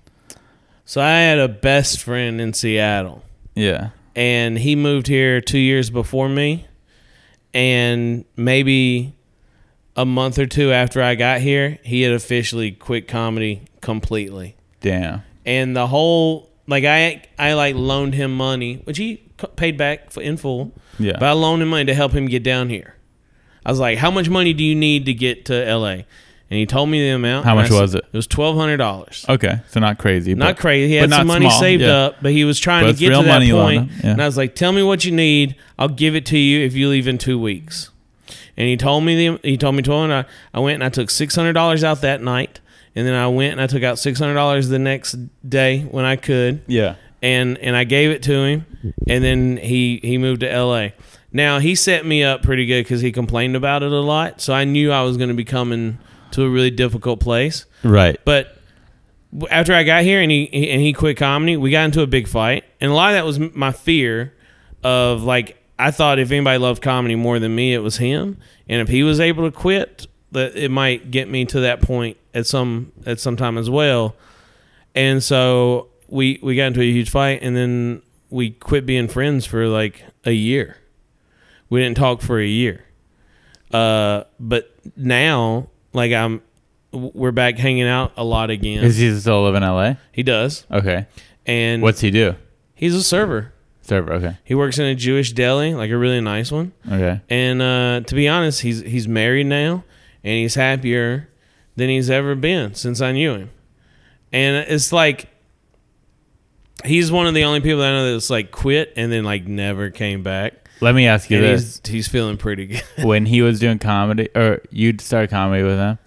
[SPEAKER 9] So I had a best friend in Seattle.
[SPEAKER 8] Yeah,
[SPEAKER 9] and he moved here two years before me and maybe a month or two after i got here he had officially quit comedy completely
[SPEAKER 8] damn.
[SPEAKER 9] and the whole like i i like loaned him money which he c- paid back for in full
[SPEAKER 8] Yeah.
[SPEAKER 9] but i loaned him money to help him get down here i was like how much money do you need to get to la and he told me the amount
[SPEAKER 8] How
[SPEAKER 9] and I
[SPEAKER 8] much
[SPEAKER 9] s-
[SPEAKER 8] was it?
[SPEAKER 9] it was $1200
[SPEAKER 8] Okay, so not crazy,
[SPEAKER 9] not
[SPEAKER 8] but-
[SPEAKER 9] crazy. He
[SPEAKER 8] but
[SPEAKER 9] had
[SPEAKER 8] not
[SPEAKER 9] some money
[SPEAKER 8] small.
[SPEAKER 9] saved
[SPEAKER 8] Yeah.
[SPEAKER 9] up, but he was trying
[SPEAKER 8] But
[SPEAKER 9] to
[SPEAKER 8] it's
[SPEAKER 9] get
[SPEAKER 8] real
[SPEAKER 9] to that
[SPEAKER 8] money,
[SPEAKER 9] point.
[SPEAKER 8] Lana. Yeah.
[SPEAKER 9] And I was like, "Tell me what you need. I'll give it to you if you leave in two weeks." And he told me the he told me twelve. And I, I went and I took six hundred dollars out that night, and then I went and I took out six hundred dollars the next day when I could
[SPEAKER 8] Yeah,
[SPEAKER 9] and and I gave it to him, and then he he moved to L.A. Now he set me up pretty good because he complained about it a lot, so I knew I was going to be coming to a really difficult place.
[SPEAKER 8] right.
[SPEAKER 9] But w- after I got here and he he- and he quit comedy, we got into a big fight, and a lot of that was m- my fear of like I thought if anybody loved comedy more than me, it was him, and if he was able to quit, that it might get me to that point at some at some time as well. And so we we got into a huge fight, and then we quit being friends for like a year. We didn't talk for a year. Uh, but now, like I'm, w- we're back hanging out a lot again.
[SPEAKER 8] Is he still live in LA?
[SPEAKER 9] He does,
[SPEAKER 8] Okay.
[SPEAKER 9] and
[SPEAKER 8] What's he do?
[SPEAKER 9] he's a server.
[SPEAKER 8] Server. Okay.
[SPEAKER 9] He works in a Jewish deli, like a really nice one.
[SPEAKER 8] Okay.
[SPEAKER 9] And uh, to be honest, he's he's married now, and he's happier than he's ever been since I knew him. And it's like he's one of the only people that I know that's like quit and then like never came back.
[SPEAKER 8] Let me ask you
[SPEAKER 9] And
[SPEAKER 8] this:
[SPEAKER 9] he's he's feeling pretty good.
[SPEAKER 8] When he was doing comedy, or you'd start comedy with him,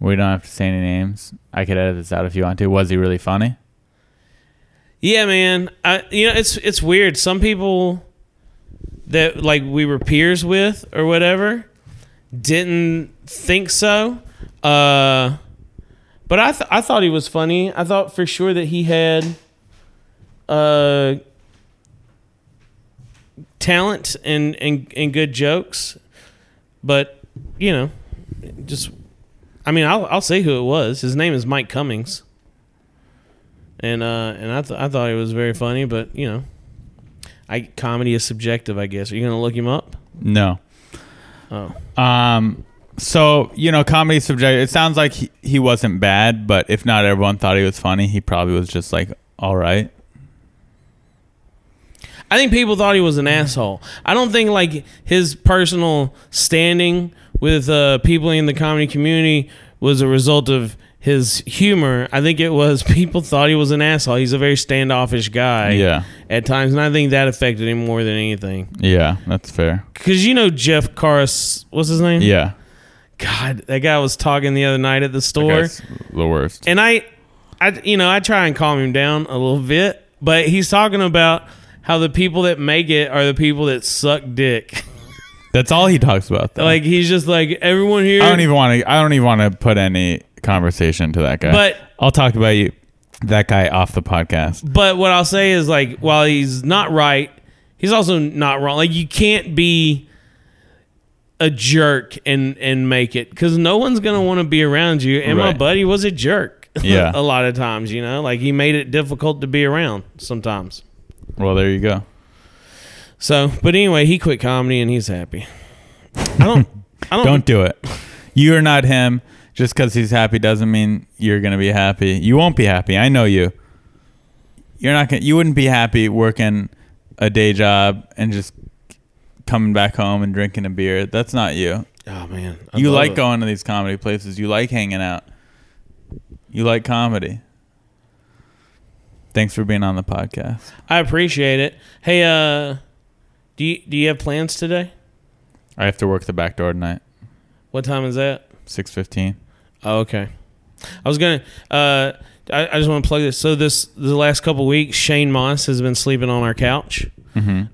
[SPEAKER 8] we don't have to say any names. I could edit this out if you want to. Was he really funny?
[SPEAKER 9] Yeah, man. I you know it's it's weird. Some people that like we were peers with or whatever didn't think so. Uh, but I th- I thought he was funny. I thought for sure that he had uh talent and and and good jokes. But you know, just I mean I'll I'll say who it was. His name is Mike Cummings and uh, and I th- I thought it was very funny, but you know, I comedy is subjective, I guess. Are you gonna look him up?
[SPEAKER 8] No.
[SPEAKER 9] Oh,
[SPEAKER 8] Um. So you know, comedy subject. It sounds like he, he wasn't bad, but if not everyone thought he was funny, he probably was just like all right.
[SPEAKER 9] I think people thought he was an asshole. I don't think like his personal standing with uh, people in the comedy community was a result of his humor. I think it was people thought he was an asshole. He's a very standoffish guy.
[SPEAKER 8] Yeah.
[SPEAKER 9] At times, and I think that affected him more than anything.
[SPEAKER 8] Yeah, that's fair.
[SPEAKER 9] Cause you know Jeff Karras, what's his name?
[SPEAKER 8] Yeah.
[SPEAKER 9] God, that guy was talking the other night at the store.
[SPEAKER 8] Guy's the worst.
[SPEAKER 9] and I, I, you know, I try and calm him down a little bit, but he's talking about how the people that make it are the people that suck dick.
[SPEAKER 8] That's all he talks about. Though.
[SPEAKER 9] like he's just like everyone here.
[SPEAKER 8] I don't even want to. I don't even want to put any conversation to that guy.
[SPEAKER 9] But-
[SPEAKER 8] I'll talk about you, that guy off the podcast.
[SPEAKER 9] but what I'll say is like, while he's not right, he's also not wrong. Like you can't be a jerk and and make it because no one's gonna want to be around you. And my
[SPEAKER 8] Right.
[SPEAKER 9] buddy was a jerk.
[SPEAKER 8] Yeah.
[SPEAKER 9] a lot of times, you know, like he made it difficult to be around sometimes.
[SPEAKER 8] Well, there you go.
[SPEAKER 9] So, but anyway, he quit comedy and he's happy. I don't. I don't.
[SPEAKER 8] Don't do it. You are not him. Just because he's happy doesn't mean you're gonna be happy. You won't be happy. I know you. You're not gonna. You wouldn't be happy working a day job and just coming back home and drinking a beer. That's not you.
[SPEAKER 9] oh man, I
[SPEAKER 8] You
[SPEAKER 9] love
[SPEAKER 8] like
[SPEAKER 9] it.
[SPEAKER 8] going to these comedy places. You like hanging out. You like comedy. Thanks for being on the podcast.
[SPEAKER 9] I appreciate it. Hey, uh, do you do you have plans today?
[SPEAKER 8] I have to work the back door tonight,
[SPEAKER 9] What time is that?
[SPEAKER 8] six fifteen.
[SPEAKER 9] Oh, okay. I was gonna. Uh, I, I just want to plug this. So this the last couple weeks, Shane Moss has been sleeping on our couch.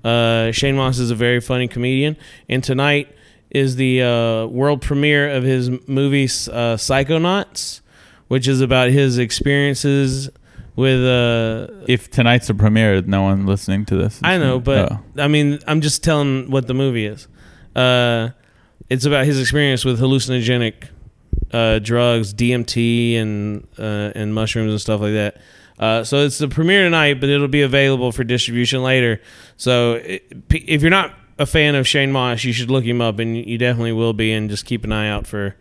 [SPEAKER 9] Uh, Shane Moss is a very funny comedian, and tonight is the uh, world premiere of his movie uh, Psychonauts, which is about his experiences with. Uh,
[SPEAKER 8] If tonight's a premiere, no one listening to this. is
[SPEAKER 9] I know,
[SPEAKER 8] gonna-
[SPEAKER 9] but
[SPEAKER 8] oh.
[SPEAKER 9] I mean, I'm just telling what the movie is. Uh, it's about his experience with hallucinogenic uh, drugs, DMT, and uh, and mushrooms and stuff like that. Uh, so it's the premiere tonight, but it'll be available for distribution later. So it, p- if you're not a fan of Shane Moss, you should look him up, and you definitely will be. And just keep an eye out for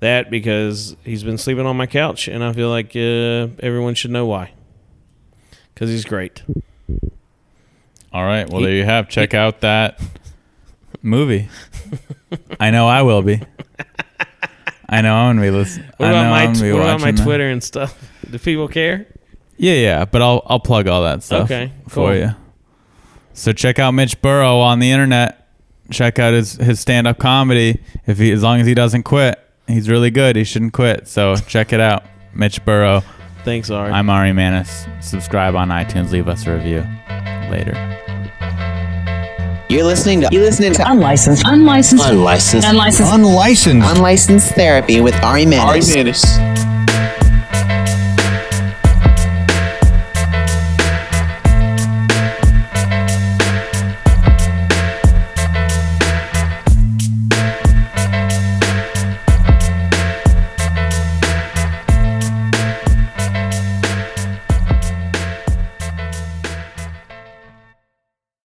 [SPEAKER 9] that because he's been sleeping on my couch, and I feel like uh, everyone should know why. Because he's great.
[SPEAKER 8] all right. Well, there you have. Check out that movie. I know I will be. I know I'm gonna be listening.
[SPEAKER 9] What
[SPEAKER 8] I know
[SPEAKER 9] about my
[SPEAKER 8] I'm gonna be
[SPEAKER 9] what about my
[SPEAKER 8] watching that.
[SPEAKER 9] Twitter and stuff? Do people care?
[SPEAKER 8] Yeah, yeah, but I'll I'll plug all that stuff
[SPEAKER 9] Okay,
[SPEAKER 8] for
[SPEAKER 9] cool.
[SPEAKER 8] you. So check out Mitch Burrow on the internet. Check out his his stand up comedy. If he as long as he doesn't quit, he's really good. He shouldn't quit. So check it out, Mitch Burrow.
[SPEAKER 9] Thanks, Ari.
[SPEAKER 8] I'm Ari Manis. Subscribe on iTunes. Leave us a review. Later.
[SPEAKER 5] You're listening to you listening to
[SPEAKER 6] Unlicensed. Unlicensed.
[SPEAKER 7] Unlicensed.
[SPEAKER 6] Unlicensed.
[SPEAKER 7] Unlicensed.
[SPEAKER 5] Unlicensed Therapy with Ari Manis.
[SPEAKER 7] Ari Manis.